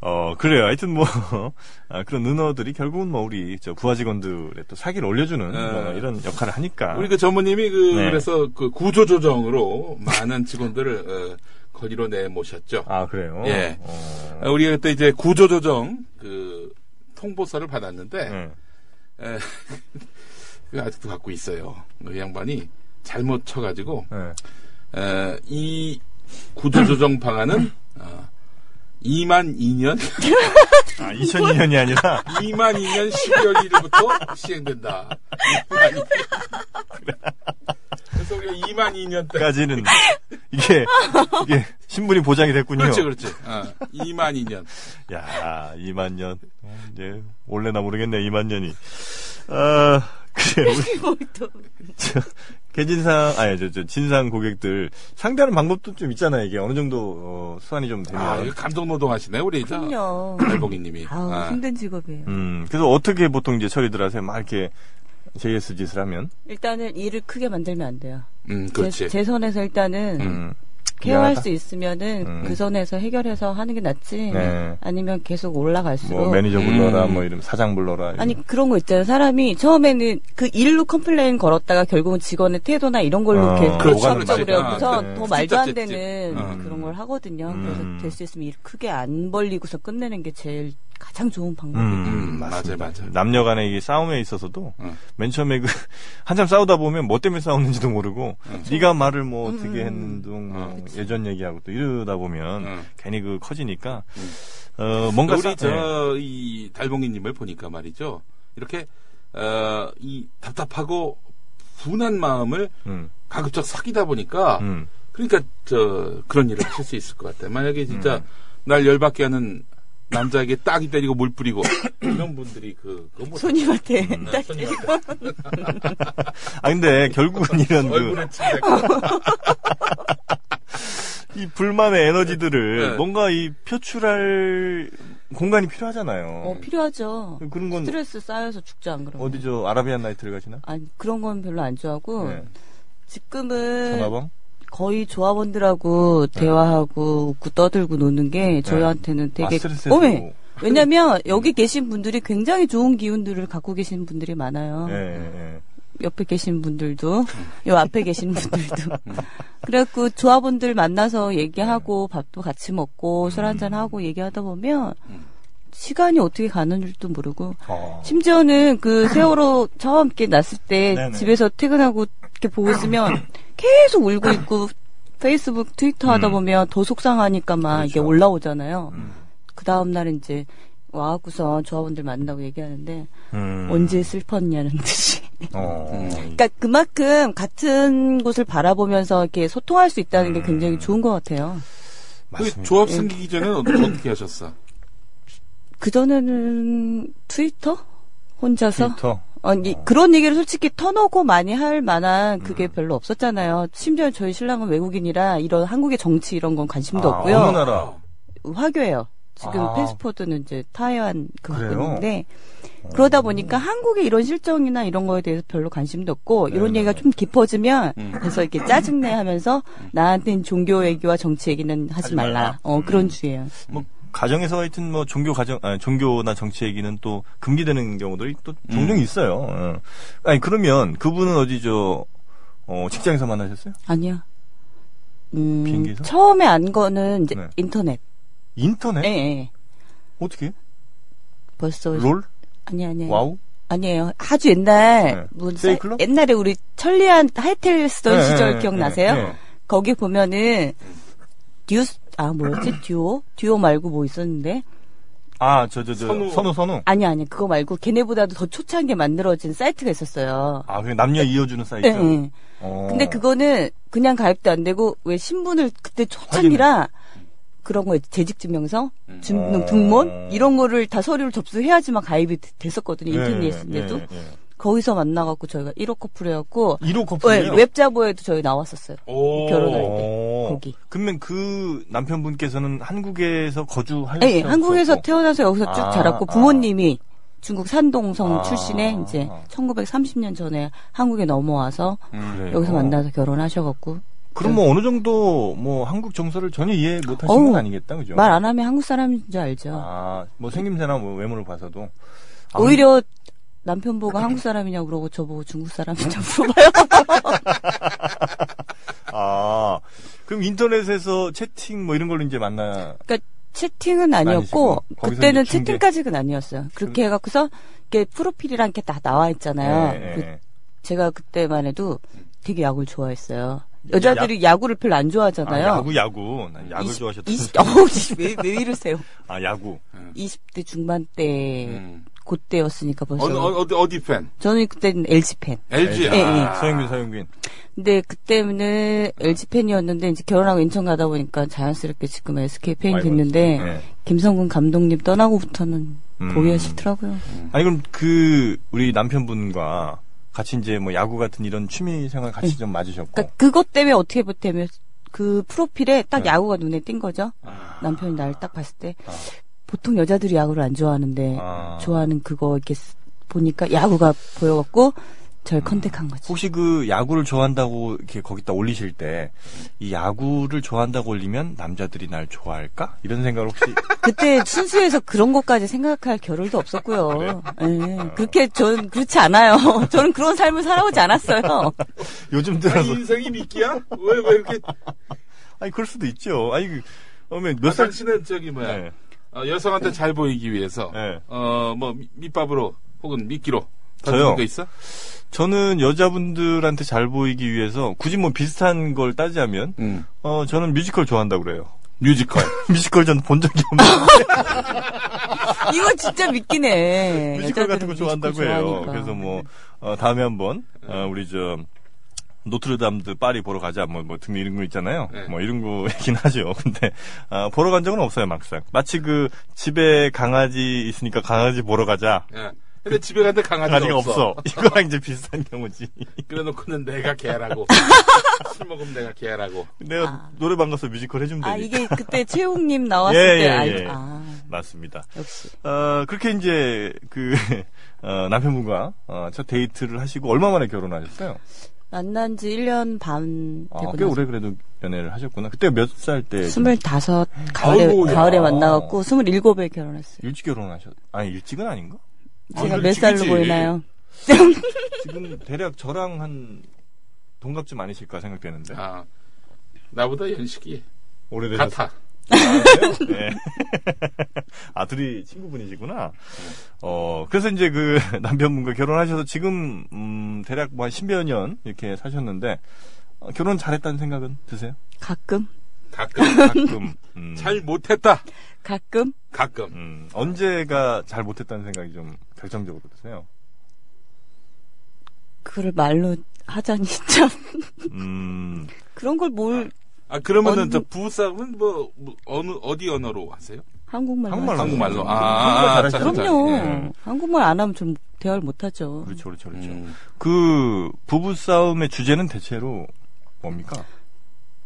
[SPEAKER 2] 어, 그래요. 하여튼 뭐, 아, 그런 은어들이 결국은 뭐, 우리, 저, 부하 직원들의 또 사기를 올려주는,
[SPEAKER 3] 네.
[SPEAKER 2] 뭐 이런 역할을 하니까.
[SPEAKER 3] 우리 그 전무님이 그
[SPEAKER 2] 네.
[SPEAKER 3] 그래서 그 구조 조정으로 많은 직원들을 어, 거리로 내모셨죠.
[SPEAKER 2] 아, 그래요?
[SPEAKER 3] 예.
[SPEAKER 2] 어.
[SPEAKER 3] 어, 우리가 그때 이제 구조 조정 그 통보서를 받았는데
[SPEAKER 2] 예.
[SPEAKER 3] 에, 그거 아직도 갖고 있어요. 그 양반이 잘못 쳐가지고
[SPEAKER 2] 예.
[SPEAKER 3] 에, 이 구조 조정 방안은 어, 2만 2년,
[SPEAKER 2] 아, 2002년이 아니라,
[SPEAKER 3] 2만 2년 12월 1일부터 시행된다. 2만 2년. 그래서 우리가 2만 2년 때
[SPEAKER 2] 까지는, 이게, 이게, 신분이 보장이 됐군요.
[SPEAKER 3] 그렇죠, 그렇죠. 어, 2만 2년.
[SPEAKER 2] 야, 2만 년. 이제 올래나 모르겠네, 2만 년이. 아, 그래. 우리
[SPEAKER 1] 뭘또
[SPEAKER 2] 저, 개진상, 아니, 저, 저, 진상 고객들 상대하는 방법도 좀 있잖아요. 이게 어느 정도, 어, 수완이 좀 되면.
[SPEAKER 3] 아, 이거 감독 노동하시네, 우리 저
[SPEAKER 1] 그럼요.
[SPEAKER 3] 달봉이님이.
[SPEAKER 1] 아우
[SPEAKER 3] 아.
[SPEAKER 1] 힘든 직업이에요.
[SPEAKER 2] 음, 그래서 어떻게 보통 이제 처리들 하세요? 막 이렇게 JS 짓을 하면.
[SPEAKER 1] 일단은 일을 크게 만들면 안 돼요.
[SPEAKER 3] 음,
[SPEAKER 1] 제,
[SPEAKER 3] 그렇지.
[SPEAKER 1] 제 선에서 일단은
[SPEAKER 2] 음.
[SPEAKER 1] 케어할
[SPEAKER 2] 미안하다.
[SPEAKER 1] 수 있으면은
[SPEAKER 2] 음.
[SPEAKER 1] 그 선에서 해결해서 하는 게 낫지
[SPEAKER 2] 네.
[SPEAKER 1] 아니면 계속
[SPEAKER 2] 뭐
[SPEAKER 1] 올라갈수록
[SPEAKER 2] 매니저 불러라,
[SPEAKER 3] 음.
[SPEAKER 2] 뭐 이름 사장 불러라. 이런.
[SPEAKER 1] 아니 그런 거 있잖아요 사람이 처음에는 그 일로 컴플레인 걸었다가 결국은 직원의 태도나 이런 걸로
[SPEAKER 2] 어,
[SPEAKER 1] 이렇게
[SPEAKER 2] 그렇죠,
[SPEAKER 1] 고쳐버려서
[SPEAKER 2] 그렇죠. 아, 네.
[SPEAKER 1] 더 말도 안
[SPEAKER 3] 찝찝찝찝.
[SPEAKER 1] 되는
[SPEAKER 2] 음.
[SPEAKER 1] 그런 걸 하거든요
[SPEAKER 2] 음.
[SPEAKER 1] 그래서 될 수 있으면 일 크게 안 벌리고서 끝내는 게 제일 가장 좋은 방법이에요
[SPEAKER 2] 음,
[SPEAKER 3] 음,
[SPEAKER 2] 맞습니다.
[SPEAKER 3] 맞아, 맞아.
[SPEAKER 2] 남녀 간의 이 싸움에 있어서도
[SPEAKER 3] 응.
[SPEAKER 2] 맨 처음에 그 한참 싸우다 보면 뭐 때문에 싸우는지도 모르고
[SPEAKER 3] 응. 그렇죠.
[SPEAKER 2] 네가 말을 뭐 어떻게
[SPEAKER 1] 음,
[SPEAKER 2] 했는 둥
[SPEAKER 3] 어,
[SPEAKER 2] 뭐 예전 얘기하고 또 이러다 보면
[SPEAKER 3] 응.
[SPEAKER 2] 괜히 그 커지니까
[SPEAKER 3] 응.
[SPEAKER 2] 어 뭔가
[SPEAKER 3] 우리
[SPEAKER 2] 싸- 예.
[SPEAKER 3] 저 이 달봉이님을 보니까 말이죠. 이렇게 어, 이 답답하고 분한 마음을
[SPEAKER 2] 음,
[SPEAKER 3] 가급적 삭이다 보니까
[SPEAKER 2] 음.
[SPEAKER 3] 그러니까 저 그런 일을 하실 수 있을 것 같아. 요 만약에 진짜
[SPEAKER 2] 음.
[SPEAKER 3] 날 열받게 하는 남자에게 딱이 때리고 물 뿌리고 이런 분들이 그 그거 못
[SPEAKER 1] 손님한테
[SPEAKER 2] 음.
[SPEAKER 3] 하잖아. 손님한테
[SPEAKER 2] 아 근데 결국은 이런 그
[SPEAKER 3] 얼굴에 침대고
[SPEAKER 2] 이 불만의 에너지들을
[SPEAKER 3] 네.
[SPEAKER 2] 뭔가 이 표출할 공간이 필요하잖아요.
[SPEAKER 1] 어, 필요하죠.
[SPEAKER 2] 그런 건
[SPEAKER 1] 스트레스 쌓여서 죽지 안 그러면.
[SPEAKER 2] 네. 어디 저 아라비안 나이트를 가시나?
[SPEAKER 1] 아니, 그런 건 별로 안 좋아하고
[SPEAKER 2] 네.
[SPEAKER 1] 지금은
[SPEAKER 2] 전화방?
[SPEAKER 1] 거의 조합원들하고 대화하고 웃고 떠들고 노는 게 저희한테는
[SPEAKER 2] 아,
[SPEAKER 1] 되게
[SPEAKER 2] 스트레스
[SPEAKER 1] 어, 네.
[SPEAKER 2] 해소고.
[SPEAKER 1] 왜냐면 여기 계신 분들이 굉장히 좋은 기운들을 갖고 계신 분들이 많아요.
[SPEAKER 2] 예, 예,
[SPEAKER 1] 옆에 계신 분들도, 요 앞에 계신 분들도.
[SPEAKER 2] 음.
[SPEAKER 1] 그래갖고 조합원들 만나서 얘기하고
[SPEAKER 2] 네.
[SPEAKER 1] 밥도 같이 먹고 술 한잔
[SPEAKER 2] 음.
[SPEAKER 1] 하고 얘기하다 보면 시간이 어떻게 가는 줄도 모르고
[SPEAKER 2] 어.
[SPEAKER 1] 심지어는 그 세월호 처음 이렇게 났을 때
[SPEAKER 2] 네네.
[SPEAKER 1] 집에서 퇴근하고 이렇게 보고 있으면 계속 울고 있고 페이스북, 트위터 하다
[SPEAKER 2] 음.
[SPEAKER 1] 보면 더 속상하니까 막 이게
[SPEAKER 2] 그렇죠.
[SPEAKER 1] 올라오잖아요.
[SPEAKER 2] 음.
[SPEAKER 1] 그 다음날 이제 와갖고서 조합원들 만나고 얘기하는데
[SPEAKER 2] 음.
[SPEAKER 1] 언제 슬펐냐는 듯이.
[SPEAKER 2] 어.
[SPEAKER 3] 음.
[SPEAKER 1] 그러니까 그만큼 같은 곳을 바라보면서 이렇게 소통할 수 있다는 게
[SPEAKER 2] 음.
[SPEAKER 1] 굉장히 좋은 것 같아요.
[SPEAKER 2] 맞습니다.
[SPEAKER 3] 그 조합 생기기 전에 어- 어떻게 하셨어?
[SPEAKER 1] 그전에는 트위터? 혼자서?
[SPEAKER 2] 트위터.
[SPEAKER 1] 어, 이-
[SPEAKER 2] 어.
[SPEAKER 1] 그런 얘기를 솔직히 터놓고 많이 할 만한 그게
[SPEAKER 2] 음.
[SPEAKER 1] 별로 없었잖아요. 심지어 저희 신랑은 외국인이라 이런 한국의 정치 이런 건 관심도
[SPEAKER 2] 아,
[SPEAKER 1] 없고요.
[SPEAKER 2] 어느 나라?
[SPEAKER 1] 화교예요. 지금
[SPEAKER 2] 아.
[SPEAKER 1] 패스포드는 이제 타이완 그거
[SPEAKER 2] 그래요? 어.
[SPEAKER 1] 있는데 그러다 보니까 한국의 이런 실정이나 이런 거에 대해서 별로 관심도 없고 이런
[SPEAKER 2] 네네.
[SPEAKER 1] 얘기가 좀 깊어지면
[SPEAKER 3] 음.
[SPEAKER 1] 그래서 이렇게 짜증내 하면서 나한테는 종교 얘기와 정치 얘기는 하지
[SPEAKER 2] 음. 하지 말라.
[SPEAKER 1] 말라. 어 그런 주예요.
[SPEAKER 2] 뭐 가정에서 하여튼 뭐 종교 가정 아니, 종교나 정치 얘기는 또 금기되는 경우들이 또
[SPEAKER 1] 음.
[SPEAKER 2] 종종 있어요. 어. 아니 그러면 그분은 어디 저 어, 직장에서 만나셨어요?
[SPEAKER 1] 아니야. 음,
[SPEAKER 2] 비행기에서?
[SPEAKER 1] 처음에 안 거는 이제
[SPEAKER 2] 네.
[SPEAKER 1] 인터넷.
[SPEAKER 2] 인터넷?
[SPEAKER 1] 예, 예.
[SPEAKER 2] 어떻게?
[SPEAKER 1] 네. 벌써
[SPEAKER 2] 롤?
[SPEAKER 1] 아니 아니
[SPEAKER 2] 와우?
[SPEAKER 1] 아니에요. 아주 옛날
[SPEAKER 2] 네.
[SPEAKER 1] 뭐 사-
[SPEAKER 2] 세이클럽?
[SPEAKER 1] 옛날에 우리 천리안 하이텔 스던
[SPEAKER 2] 예,
[SPEAKER 1] 시절
[SPEAKER 2] 예,
[SPEAKER 1] 기억나세요?
[SPEAKER 2] 예, 예.
[SPEAKER 1] 거기 보면은 듀, 아 뭐였지 듀오? 듀오 말고 뭐 있었는데?
[SPEAKER 2] 아, 저, 저, 저,
[SPEAKER 3] 선우.
[SPEAKER 2] 선우, 선우.
[SPEAKER 1] 아니 아니 그거 말고 걔네보다도 더 초창기에 만들어진 사이트가 있었어요.
[SPEAKER 2] 아, 그 남녀 이어주는 사이트.
[SPEAKER 1] 예, 예.
[SPEAKER 2] 어.
[SPEAKER 1] 근데 그거는 그냥 가입도 안 되고 왜 신분을 그때 초창기라 그런 거 재직 증명서,
[SPEAKER 3] 음.
[SPEAKER 1] 등-
[SPEAKER 2] 어.
[SPEAKER 1] 등본 이런 거를 다 서류를 접수해야지만 가입이 되- 됐었거든요. 인터넷인데도
[SPEAKER 2] 예, 예, 예.
[SPEAKER 1] 거기서 만나갖고 저희가 1호 커플이었고
[SPEAKER 2] 1호
[SPEAKER 1] 왜,
[SPEAKER 2] 커플이요?
[SPEAKER 1] 네, 웹자보에도 저희 나왔었어요.
[SPEAKER 3] 오.
[SPEAKER 1] 결혼할 때.
[SPEAKER 2] 어.
[SPEAKER 1] 거기.
[SPEAKER 2] 그러면 그 남편분께서는 한국에서 거주하셨어요?
[SPEAKER 1] 예, 한국에서 태어나서 여기서 쭉
[SPEAKER 2] 아,
[SPEAKER 1] 자랐고
[SPEAKER 2] 아.
[SPEAKER 1] 부모님이 중국 산동성
[SPEAKER 2] 아.
[SPEAKER 1] 출신에 이제 1930년 전에 한국에 넘어와서
[SPEAKER 2] 네.
[SPEAKER 3] 음.
[SPEAKER 1] 여기서 만나서 결혼하셔갖고
[SPEAKER 2] 그럼 뭐 어느 정도 뭐 한국 정서를 전혀 이해 못하시는
[SPEAKER 1] 네. 어우,
[SPEAKER 2] 건 아니겠다, 그죠?
[SPEAKER 1] 말 안 하면 한국 사람인 줄 알죠.
[SPEAKER 2] 아, 뭐 생김새나 뭐 외모를 봐서도 아,
[SPEAKER 1] 오히려 남편 보고 한국 사람이냐 고 그러고 저보고 중국 사람이냐 물어봐요.
[SPEAKER 2] 아 그럼 인터넷에서 채팅 뭐 이런 걸로 이제 만나
[SPEAKER 1] 그러니까 채팅은 아니었고
[SPEAKER 2] 아니시고, 거기서
[SPEAKER 1] 그때는
[SPEAKER 2] 이제 중계.
[SPEAKER 1] 채팅까지는 아니었어요. 그렇게 해갖고서 이게 프로필이랑 이렇게 다 나와 있잖아요.
[SPEAKER 2] 예,
[SPEAKER 1] 그
[SPEAKER 2] 예.
[SPEAKER 1] 제가 그때만 해도 되게 야구를 좋아했어요. 여자들이 야구. 를 별로 안 좋아하잖아요.
[SPEAKER 2] 아, 야구 야구 난 야구
[SPEAKER 1] 이십-
[SPEAKER 2] 좋아하셨다.
[SPEAKER 1] 이십- 어우, 씨, 왜, 왜 이러세요?
[SPEAKER 2] 아 야구.
[SPEAKER 1] 20대 중반 때,
[SPEAKER 3] 음.
[SPEAKER 1] 그때였으니까 벌써.
[SPEAKER 3] 어디, 어디, 어디 팬?
[SPEAKER 1] 저는 그때는 LG 팬.
[SPEAKER 3] LG.
[SPEAKER 1] 예,
[SPEAKER 3] 아.
[SPEAKER 2] 서영빈 서영빈.
[SPEAKER 1] 근데 그때는 LG 팬이었는데, 이제 결혼하고 인천 가다 보니까 자연스럽게 지금 SK 팬이
[SPEAKER 2] 와이번.
[SPEAKER 1] 됐는데,
[SPEAKER 2] 예.
[SPEAKER 1] 김성근 감독님 떠나고부터는
[SPEAKER 2] 음.
[SPEAKER 1] 보기가 싫더라고요.
[SPEAKER 2] 아니 그럼 그 우리 남편분과 같이 이제 뭐 야구 같은 이런 취미 생활 같이 좀 맞으셨고.
[SPEAKER 1] 그러니까 그것 때문에 어떻게 보면 그 프로필에 딱
[SPEAKER 2] 어. 네. 아.
[SPEAKER 1] 야구가 눈에 띈 거죠. 남편이 나를 딱 봤을 때 보통 여자들이 야구를 안 좋아하는데
[SPEAKER 2] 아.
[SPEAKER 1] 좋아하는 그거 이렇게 쓰- 보니까 야구가 보여갖고
[SPEAKER 2] 음.
[SPEAKER 1] 절 컨택한 거지.
[SPEAKER 2] 혹시 그 야구를 좋아한다고 이렇게 거기다 올리실 때 이 야구를 좋아한다고 올리면 남자들이 날 좋아할까 이런 생각을 혹시
[SPEAKER 1] 그때 순수해서 그런 것까지 생각할 겨를도
[SPEAKER 2] 아,
[SPEAKER 1] 없었고요. 예, 그렇게 저는 그렇지 않아요. 저는 그런 삶을 살아오지 않았어요.
[SPEAKER 2] 요즘
[SPEAKER 3] 아,
[SPEAKER 2] 들어서
[SPEAKER 3] 인생이 미끼야? 왜, 왜 이렇게.
[SPEAKER 2] 아니 그럴 수도 있죠. 아니 그, 그러면
[SPEAKER 3] 몇
[SPEAKER 2] 몇 살?
[SPEAKER 3] 당신은 저기 뭐야.
[SPEAKER 2] 네.
[SPEAKER 3] 어, 여성한테 잘 보이기 위해서.
[SPEAKER 2] 네.
[SPEAKER 3] 어, 뭐, 미- 밑밥으로 혹은 미끼로.
[SPEAKER 2] 저요?
[SPEAKER 3] 던지는 거 있어?
[SPEAKER 2] 저는 여자분들한테 잘 보이기 위해서 굳이 뭐 비슷한 걸 따지자면
[SPEAKER 3] 음.
[SPEAKER 2] 어 저는 뮤지컬 좋아한다 고 그래요.
[SPEAKER 3] 뮤지컬.
[SPEAKER 2] 뮤지컬 전 본 적이 없는데
[SPEAKER 1] 이거 진짜 믿기네.
[SPEAKER 2] 뮤지컬 같은 거
[SPEAKER 1] 여자들은
[SPEAKER 2] 좋아한다고
[SPEAKER 1] 뮤지컬
[SPEAKER 2] 해요.
[SPEAKER 1] 좋아하니까. 네.
[SPEAKER 2] 그래서 뭐 어, 다음에 한번 어, 우리 저 노트르담드 파리 보러 가자 뭐, 뭐 등등 이런 거 있잖아요.
[SPEAKER 3] 네.
[SPEAKER 2] 뭐 이런 거 얘긴 하죠. 근데 아, 보러 간 적은 없어요 막상. 마치 그 집에 강아지 있으니까 강아지 보러 가자.
[SPEAKER 3] 예. 근데 집에 갔는데 강아지가,
[SPEAKER 2] 아직
[SPEAKER 3] 없어.
[SPEAKER 2] 없어. 이거랑 이제 비슷한 경우지.
[SPEAKER 3] 그래놓고는 내가 개라고. 술 먹으면 내가 개라고.
[SPEAKER 2] 내가
[SPEAKER 1] 아.
[SPEAKER 2] 노래방 가서 뮤지컬 해주면 되니까.
[SPEAKER 1] 아, 이게 그때 채웅님 나왔을
[SPEAKER 2] 예,
[SPEAKER 1] 때,
[SPEAKER 2] 예,
[SPEAKER 1] 알-
[SPEAKER 2] 예.
[SPEAKER 1] 아,
[SPEAKER 2] 맞습니다.
[SPEAKER 1] 역시.
[SPEAKER 2] 어, 그렇게 이제 그 어, 남편분과 어, 첫 데이트를 하시고 얼마 만에 결혼하셨어요?
[SPEAKER 1] 만난 지 1년 반
[SPEAKER 2] 아,
[SPEAKER 1] 되고
[SPEAKER 2] 꽤
[SPEAKER 1] 나서
[SPEAKER 2] 오래 그래도 연애를 하셨구나. 그때 몇 살 때?
[SPEAKER 1] 25
[SPEAKER 2] 음.
[SPEAKER 1] 가을에,
[SPEAKER 3] 아이고야.
[SPEAKER 1] 가을에 만나갖고 27에 결혼했어요.
[SPEAKER 2] 일찍 결혼하셨? 아니 일찍은 아닌가?
[SPEAKER 3] 아,
[SPEAKER 1] 제가
[SPEAKER 3] 그럼
[SPEAKER 1] 몇 살로
[SPEAKER 3] 지기지.
[SPEAKER 1] 보이나요?
[SPEAKER 2] 지금 대략 저랑 한 동갑쯤 아니실까 생각되는데
[SPEAKER 3] 아, 나보다 연식이
[SPEAKER 2] 오래되셨
[SPEAKER 3] 같아.
[SPEAKER 2] 네. 아, 둘이 친구분이시구나.
[SPEAKER 3] 네.
[SPEAKER 2] 어, 그래서 이제 그 남편분과 결혼하셔서 지금, 음, 대략 뭐 한 10여 년 이렇게 사셨는데, 어, 결혼 잘했다는 생각은 드세요?
[SPEAKER 1] 가끔?
[SPEAKER 3] 가끔.
[SPEAKER 2] 가끔. 음,
[SPEAKER 3] 잘 못했다.
[SPEAKER 1] 가끔?
[SPEAKER 3] 가끔.
[SPEAKER 2] 음, 언제가 잘 못했다는 생각이 좀 결정적으로 드세요?
[SPEAKER 1] 그걸 말로 하자니 참.
[SPEAKER 2] 음,
[SPEAKER 1] 그런 걸 뭘
[SPEAKER 3] 아, 그러면은
[SPEAKER 1] 언-
[SPEAKER 3] 저 부부싸움은 뭐, 뭐, 어느, 어디 언어로 하세요?
[SPEAKER 1] 한국말로.
[SPEAKER 2] 한국말로.
[SPEAKER 3] 한국말로.
[SPEAKER 1] 하죠.
[SPEAKER 2] 음,
[SPEAKER 3] 아,
[SPEAKER 2] 한국말 잘하시죠.
[SPEAKER 3] 자, 자,
[SPEAKER 1] 그럼요.
[SPEAKER 3] 예.
[SPEAKER 1] 한국말 안 하면 좀 대화를 못하죠.
[SPEAKER 2] 그렇죠, 그렇죠, 그렇죠.
[SPEAKER 3] 음.
[SPEAKER 2] 그, 부부싸움의 주제는 대체로 뭡니까?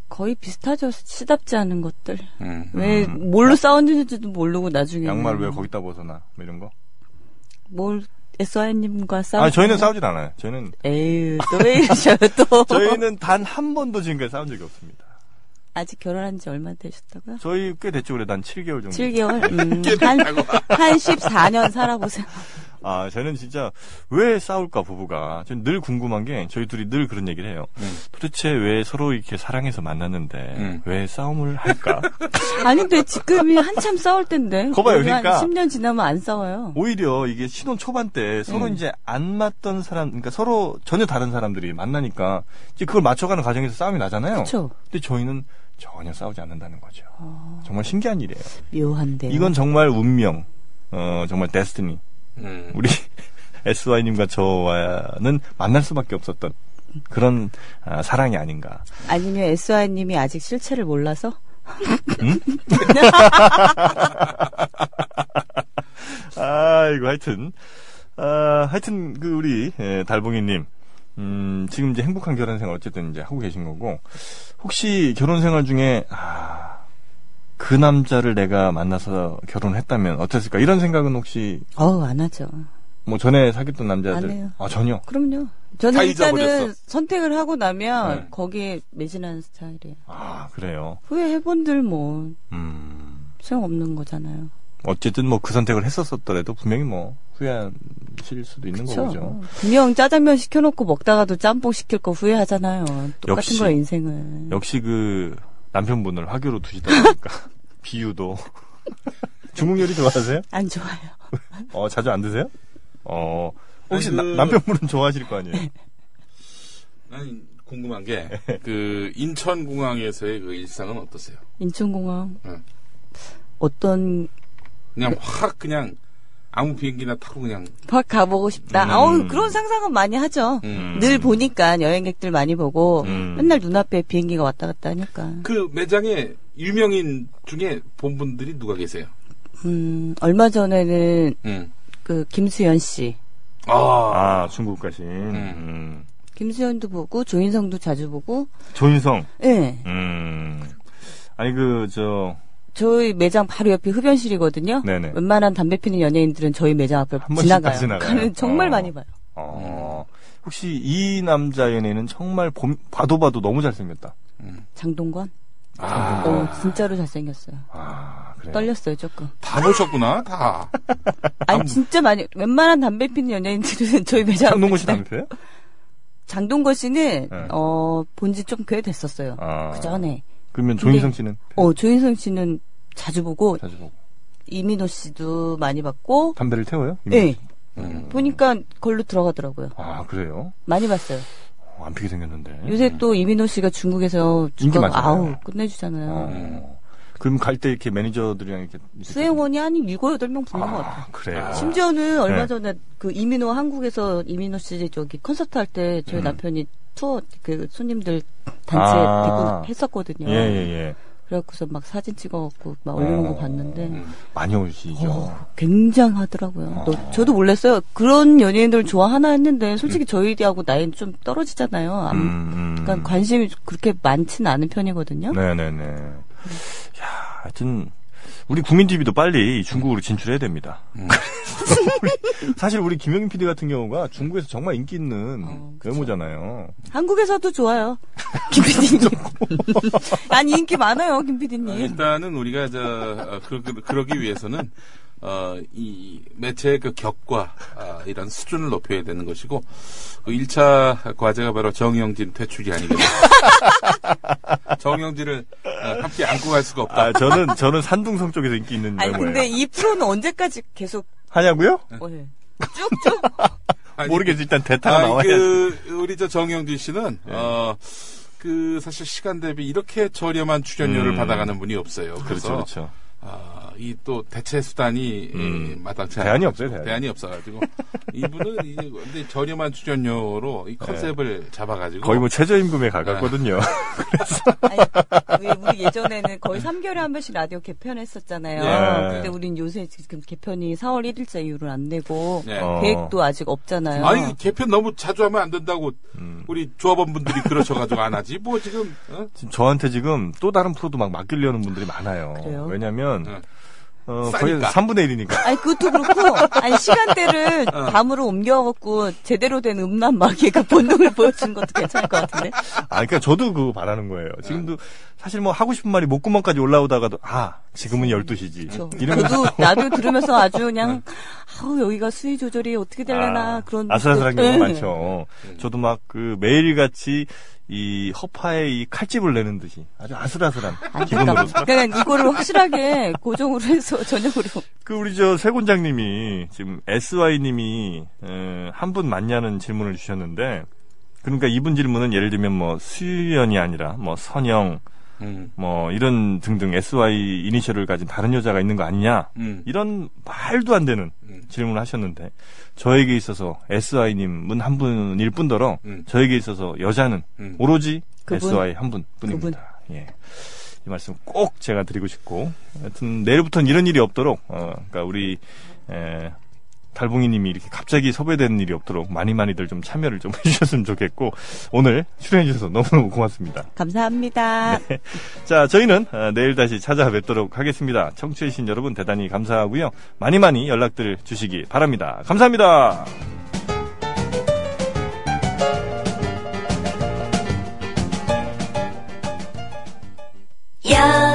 [SPEAKER 1] 거의 비슷하죠. 시답지 않은 것들.
[SPEAKER 3] 음.
[SPEAKER 1] 왜, 뭘로 싸웠는지도 모르고 나중에.
[SPEAKER 2] 양말 왜 거기다 벗어나? 뭐 이런 거?
[SPEAKER 1] 뭘, SI님과 싸우
[SPEAKER 2] 아, 저희는 싸우진 않아요. 저희는
[SPEAKER 1] 에휴, 또 왜 이러셔요, 또.
[SPEAKER 2] 저희는 단 한 번도 지금까지 싸운 적이 없습니다.
[SPEAKER 1] 아직 결혼한 지 얼마 되셨다고요?
[SPEAKER 2] 저희 꽤 됐죠, 그래도 한 7개월 정도.
[SPEAKER 1] 7개월? 음, 한, 한 14년 살아보세요.
[SPEAKER 2] 아, 저는 진짜 왜 싸울까, 부부가. 저는 늘 궁금한 게, 저희 둘이 늘 그런 얘기를 해요.
[SPEAKER 3] 음.
[SPEAKER 2] 도대체 왜 서로 이렇게 사랑해서 만났는데,
[SPEAKER 3] 음.
[SPEAKER 2] 왜 싸움을 할까?
[SPEAKER 1] 아닌데, 지금이 한참 싸울 텐데.
[SPEAKER 2] 거봐요,
[SPEAKER 1] 우리 한
[SPEAKER 2] 그러니까.
[SPEAKER 1] 10년 지나면 안 싸워요.
[SPEAKER 2] 오히려 이게 신혼 초반 때 서로
[SPEAKER 1] 음.
[SPEAKER 2] 이제 안 맞던 사람, 그러니까 서로 전혀 다른 사람들이 만나니까, 이제 그걸 맞춰가는 과정에서 싸움이 나잖아요.
[SPEAKER 1] 그쵸?
[SPEAKER 2] 근데 저희는 전혀 싸우지 않는다는 거죠. 정말 신기한 일이에요.
[SPEAKER 1] 묘한데요.
[SPEAKER 2] 이건 정말 운명, 어, 정말 데스티니.
[SPEAKER 3] 음.
[SPEAKER 2] 우리 SY님과 저와는 만날 수밖에 없었던 그런 아, 사랑이 아닌가.
[SPEAKER 1] 아니면 SI님이 아직 실체를 몰라서?
[SPEAKER 2] 아이고, 하여튼. 아, 하여튼, 그, 우리, 예, 달봉이님. 음, 지금 이제 행복한 결혼 생활 어쨌든 이제 하고 계신 거고. 혹시 결혼 생활 중에, 아, 그 남자를 내가 만나서 결혼했다면 어땠을까? 이런 생각은 혹시,
[SPEAKER 1] 어우, 안 하죠.
[SPEAKER 2] 뭐 전에 사귀었던 남자들.
[SPEAKER 1] 안 해요.
[SPEAKER 2] 아, 전혀.
[SPEAKER 1] 그럼요.
[SPEAKER 3] 다
[SPEAKER 1] 저는 일단은
[SPEAKER 3] 잊어버렸어.
[SPEAKER 1] 선택을 하고 나면
[SPEAKER 3] 네.
[SPEAKER 1] 거기에 매진하는 스타일이에요.
[SPEAKER 2] 아, 그래요.
[SPEAKER 1] 후회해본들 뭐,
[SPEAKER 2] 음.
[SPEAKER 1] 소용없는 거잖아요.
[SPEAKER 2] 어쨌든 뭐 그 선택을 했었었더라도 분명히 뭐 후회하실 수도 있는 거죠.
[SPEAKER 1] 분명 짜장면 시켜놓고 먹다가도 짬뽕 시킬 거 후회하잖아요. 똑같은
[SPEAKER 2] 역시.
[SPEAKER 1] 거예요, 인생은.
[SPEAKER 2] 역시 그 남편분을 화교로 두시다 보니까 비유도 중국 요리 좋아하세요?
[SPEAKER 1] 안 좋아요.
[SPEAKER 2] 어 자주 안 드세요? 어 혹시
[SPEAKER 3] 아니, 그-
[SPEAKER 2] 나- 남편분은 좋아하실 거 아니에요?
[SPEAKER 3] 난 궁금한 게, 그, 인천공항에서의 그 일상은 어떠세요?
[SPEAKER 1] 인천공항.
[SPEAKER 3] 응.
[SPEAKER 1] 어떤,
[SPEAKER 3] 그냥 확, 그냥, 아무 비행기나 타고 그냥,
[SPEAKER 1] 팍 가보고 싶다.
[SPEAKER 2] 음.
[SPEAKER 1] 아우, 그런 상상은 많이 하죠.
[SPEAKER 3] 음.
[SPEAKER 1] 늘 보니까 여행객들 많이 보고,
[SPEAKER 2] 음.
[SPEAKER 1] 맨날 눈앞에 비행기가 왔다 갔다 하니까.
[SPEAKER 3] 그 매장에 유명인 중에 본 분들이 누가 계세요?
[SPEAKER 1] 음, 얼마 전에는
[SPEAKER 3] 음.
[SPEAKER 1] 그 김수현 씨.
[SPEAKER 3] 아,
[SPEAKER 2] 아 중국 가신 음.
[SPEAKER 1] 김수현도 보고, 조인성도 자주 보고,
[SPEAKER 2] 조인성.
[SPEAKER 1] 예.
[SPEAKER 2] 음. 아니 그 저
[SPEAKER 1] 저희 매장 바로 옆이 흡연실이거든요.
[SPEAKER 2] 네네.
[SPEAKER 1] 웬만한 담배 피는 연예인들은 저희 매장 앞을
[SPEAKER 2] 한 번씩 다
[SPEAKER 1] 지나가요.
[SPEAKER 2] 지나가요.
[SPEAKER 1] 가면 정말
[SPEAKER 2] 어.
[SPEAKER 1] 많이 봐요.
[SPEAKER 2] 어,
[SPEAKER 1] 네.
[SPEAKER 2] 혹시 이 남자 연예인은 정말 봄- 봐도 봐도 너무 잘생겼다.
[SPEAKER 3] 음.
[SPEAKER 1] 장동건?
[SPEAKER 3] 아,
[SPEAKER 1] 어, 진짜로 잘생겼어요.
[SPEAKER 2] 아 그래요.
[SPEAKER 1] 떨렸어요, 조금.
[SPEAKER 3] 다 보셨구나, 다.
[SPEAKER 2] 음.
[SPEAKER 1] 아니, 진짜 많이, 웬만한 담배 피는 연예인들은 저희 매장.
[SPEAKER 2] 장동건 씨 남편이에요?
[SPEAKER 1] 장동건
[SPEAKER 2] 음.
[SPEAKER 1] 씨는,
[SPEAKER 2] 네.
[SPEAKER 1] 어, 본지 좀 꽤 됐었어요.
[SPEAKER 2] 아.
[SPEAKER 1] 그 전에.
[SPEAKER 2] 그러면
[SPEAKER 1] 근데-
[SPEAKER 2] 조인성 씨는
[SPEAKER 1] 어, 조인성 씨는 자주 보고,
[SPEAKER 2] 자주 보고
[SPEAKER 1] 이민호 씨도 많이 봤고,
[SPEAKER 2] 담배를 태워요?
[SPEAKER 1] 예.
[SPEAKER 3] 음.
[SPEAKER 1] 보니까 걸로 들어가더라고요.
[SPEAKER 2] 아 그래요?
[SPEAKER 1] 많이 봤어요.
[SPEAKER 2] 어, 안 피게 생겼는데.
[SPEAKER 1] 요새 또 이민호 씨가 중국에서
[SPEAKER 2] 인기
[SPEAKER 1] 주가-
[SPEAKER 2] 많잖아요.
[SPEAKER 1] 아우, 끝내주잖아요.
[SPEAKER 2] 어. 그럼 갈 때 이렇게 매니저들이랑 이렇게
[SPEAKER 1] 수행원이 한 일곱 여덟 명 붙는 것 같아요.
[SPEAKER 2] 아, 그래요.
[SPEAKER 1] 심지어는
[SPEAKER 2] 네.
[SPEAKER 1] 얼마 전에 그 이민호 한국에서 이민호 씨 저기 콘서트 할 때
[SPEAKER 2] 음.
[SPEAKER 1] 저희 남편이 투어 그 손님들 단체
[SPEAKER 2] 아.
[SPEAKER 1] 데리고 했었거든요.
[SPEAKER 2] 예예예.
[SPEAKER 1] 그래갖고서 막 사진 찍어갖고 막 올리는
[SPEAKER 2] 어.
[SPEAKER 1] 거 봤는데
[SPEAKER 3] 음.
[SPEAKER 2] 많이 오시죠.
[SPEAKER 1] 어, 굉장하더라고요.
[SPEAKER 2] 어.
[SPEAKER 1] 너- 저도 몰랐어요. 그런 연예인들 좋아하나 했는데 솔직히 저희하고 나이는 좀 떨어지잖아요. 안-
[SPEAKER 2] 음, 음.
[SPEAKER 1] 그러니까 관심이 그렇게 많지는 않은 편이거든요.
[SPEAKER 2] 네네네. 야, 하여튼 우리 국민 TV도 빨리 중국으로 진출해야 됩니다.
[SPEAKER 3] 음.
[SPEAKER 2] 우리- 사실 우리 김영민 PD 같은 경우가 중국에서 정말 인기 있는
[SPEAKER 1] 어, 그쵸.
[SPEAKER 2] 외모잖아요.
[SPEAKER 1] 한국에서도 좋아요. 김PD님. 아니 인기 많아요,
[SPEAKER 2] 네.
[SPEAKER 3] 아,
[SPEAKER 1] 김PD님.
[SPEAKER 3] 일단은 우리가 저 어, 그, 그, 그러기 위해서는 어이 매체의 그 격과 아, 이런 수준을 높여야 되는 것이고 그 1차 과제가 바로 정영진 퇴출이 아니겠나. 정영진을 어, 함께 안고 갈 수가 없다.
[SPEAKER 2] 아, 저는 저는 산둥성 쪽에서 인기 있는
[SPEAKER 1] 아니
[SPEAKER 2] 외모예요.
[SPEAKER 1] 근데 이 프로는 언제까지 계속
[SPEAKER 2] 하냐고요?
[SPEAKER 1] 어, 예. 쭉쭉
[SPEAKER 3] 아니,
[SPEAKER 2] 모르겠어. 일단 대타가
[SPEAKER 3] 아,
[SPEAKER 2] 나와야 돼. 네.
[SPEAKER 3] 그 우리 저 정영진 씨는 어. 그 사실 시간 대비 이렇게 저렴한 출연료를
[SPEAKER 2] 음.
[SPEAKER 3] 받아가는 분이 없어요. 그래서
[SPEAKER 2] 그렇죠, 그렇죠.
[SPEAKER 3] 아, 이 또 대체 수단이
[SPEAKER 2] 음.
[SPEAKER 3] 이 마땅치 않아요.
[SPEAKER 2] 대안이 없어요, 대안.
[SPEAKER 3] 대안이 없어가지고 이분은 이제 근데 저렴한 출연료로 이 컨셉을 잡아가지고
[SPEAKER 2] 네. 거의 뭐 최저임금에 가깝거든요.
[SPEAKER 3] 네.
[SPEAKER 1] 아니, 우리- 우리 예전에는 거의 3개월에 한 번씩 라디오 개편했었잖아요.
[SPEAKER 2] 네. 예.
[SPEAKER 1] 근데 우린 요새 지금 개편이 4월 1일자 이후로 안 되고
[SPEAKER 3] 네.
[SPEAKER 2] 어.
[SPEAKER 1] 계획도 아직 없잖아요.
[SPEAKER 3] 아니 개편 너무 자주 하면 안 된다고
[SPEAKER 2] 음.
[SPEAKER 3] 우리 조합원 분들이 그러셔가지고 안 하지 뭐 지금 어?
[SPEAKER 2] 지금 저한테 지금 또 다른 프로도 막 맡기려는 분들이 많아요.
[SPEAKER 1] 그래요?
[SPEAKER 2] 왜냐면
[SPEAKER 3] 네.
[SPEAKER 2] 어, 거의
[SPEAKER 3] 싸니까.
[SPEAKER 2] 3분의 1이니까.
[SPEAKER 1] 아니, 그것도 그렇고 아니 시간대를
[SPEAKER 2] 어.
[SPEAKER 1] 밤으로 옮겨갖고 제대로 된 음란 마귀의 그 본능을 보여준 것도 괜찮을 것 같은데.
[SPEAKER 2] 아, 그러니까 저도 그거 바라는 거예요. 지금도 사실 뭐 하고 싶은 말이 목구멍까지 올라오다가도 아, 지금은 12시지.
[SPEAKER 1] 그렇죠.
[SPEAKER 2] 이러면서 네.
[SPEAKER 1] 저도 라디오 들으면서 아주 그냥 아우 여기가 수위 조절이 어떻게 되려나 그런
[SPEAKER 2] 아슬아슬한 경우가
[SPEAKER 1] 네.
[SPEAKER 2] 많죠. 저도 막 그 매일같이 이 허파에 이 칼집을 내는 듯이 아주 아슬아슬한 기분으로.
[SPEAKER 1] 그러니까 이거를 확실하게 고정으로 해서 저녁으로
[SPEAKER 2] 그 우리 저 세곤장님이 지금 SY님이 한 분 맞냐는 질문을 주셨는데 그러니까 이분 질문은 예를 들면 뭐 수연이 아니라 뭐 선영
[SPEAKER 3] 음,
[SPEAKER 2] 뭐 이런 등등 SY 이니셜을 가진 다른 여자가 있는 거 아니냐
[SPEAKER 3] 음.
[SPEAKER 2] 이런 말도 안 되는
[SPEAKER 3] 음.
[SPEAKER 2] 질문을 하셨는데 저에게 있어서 SI님은 한 분일 뿐더러
[SPEAKER 3] 음.
[SPEAKER 2] 저에게 있어서 여자는
[SPEAKER 3] 음.
[SPEAKER 2] 오로지
[SPEAKER 1] 그분.
[SPEAKER 2] SI 한 분뿐입니다. 예. 이 말씀 꼭 제가 드리고 싶고 하여튼 내일부터는 이런 일이 없도록 어, 그러니까 우리 에, 달봉이님이 이렇게 갑자기 섭외되는 일이 없도록 많이 많이들 좀 참여를 좀 해주셨으면 좋겠고 오늘 출연해 주셔서 너무너무 고맙습니다.
[SPEAKER 1] 감사합니다.
[SPEAKER 2] 자, 저희는 어, 내일 다시 찾아뵙도록 하겠습니다. 청취해주신 여러분 대단히 감사하고요. 많이 많이 연락들 주시기 바랍니다. 감사합니다.
[SPEAKER 5] 여름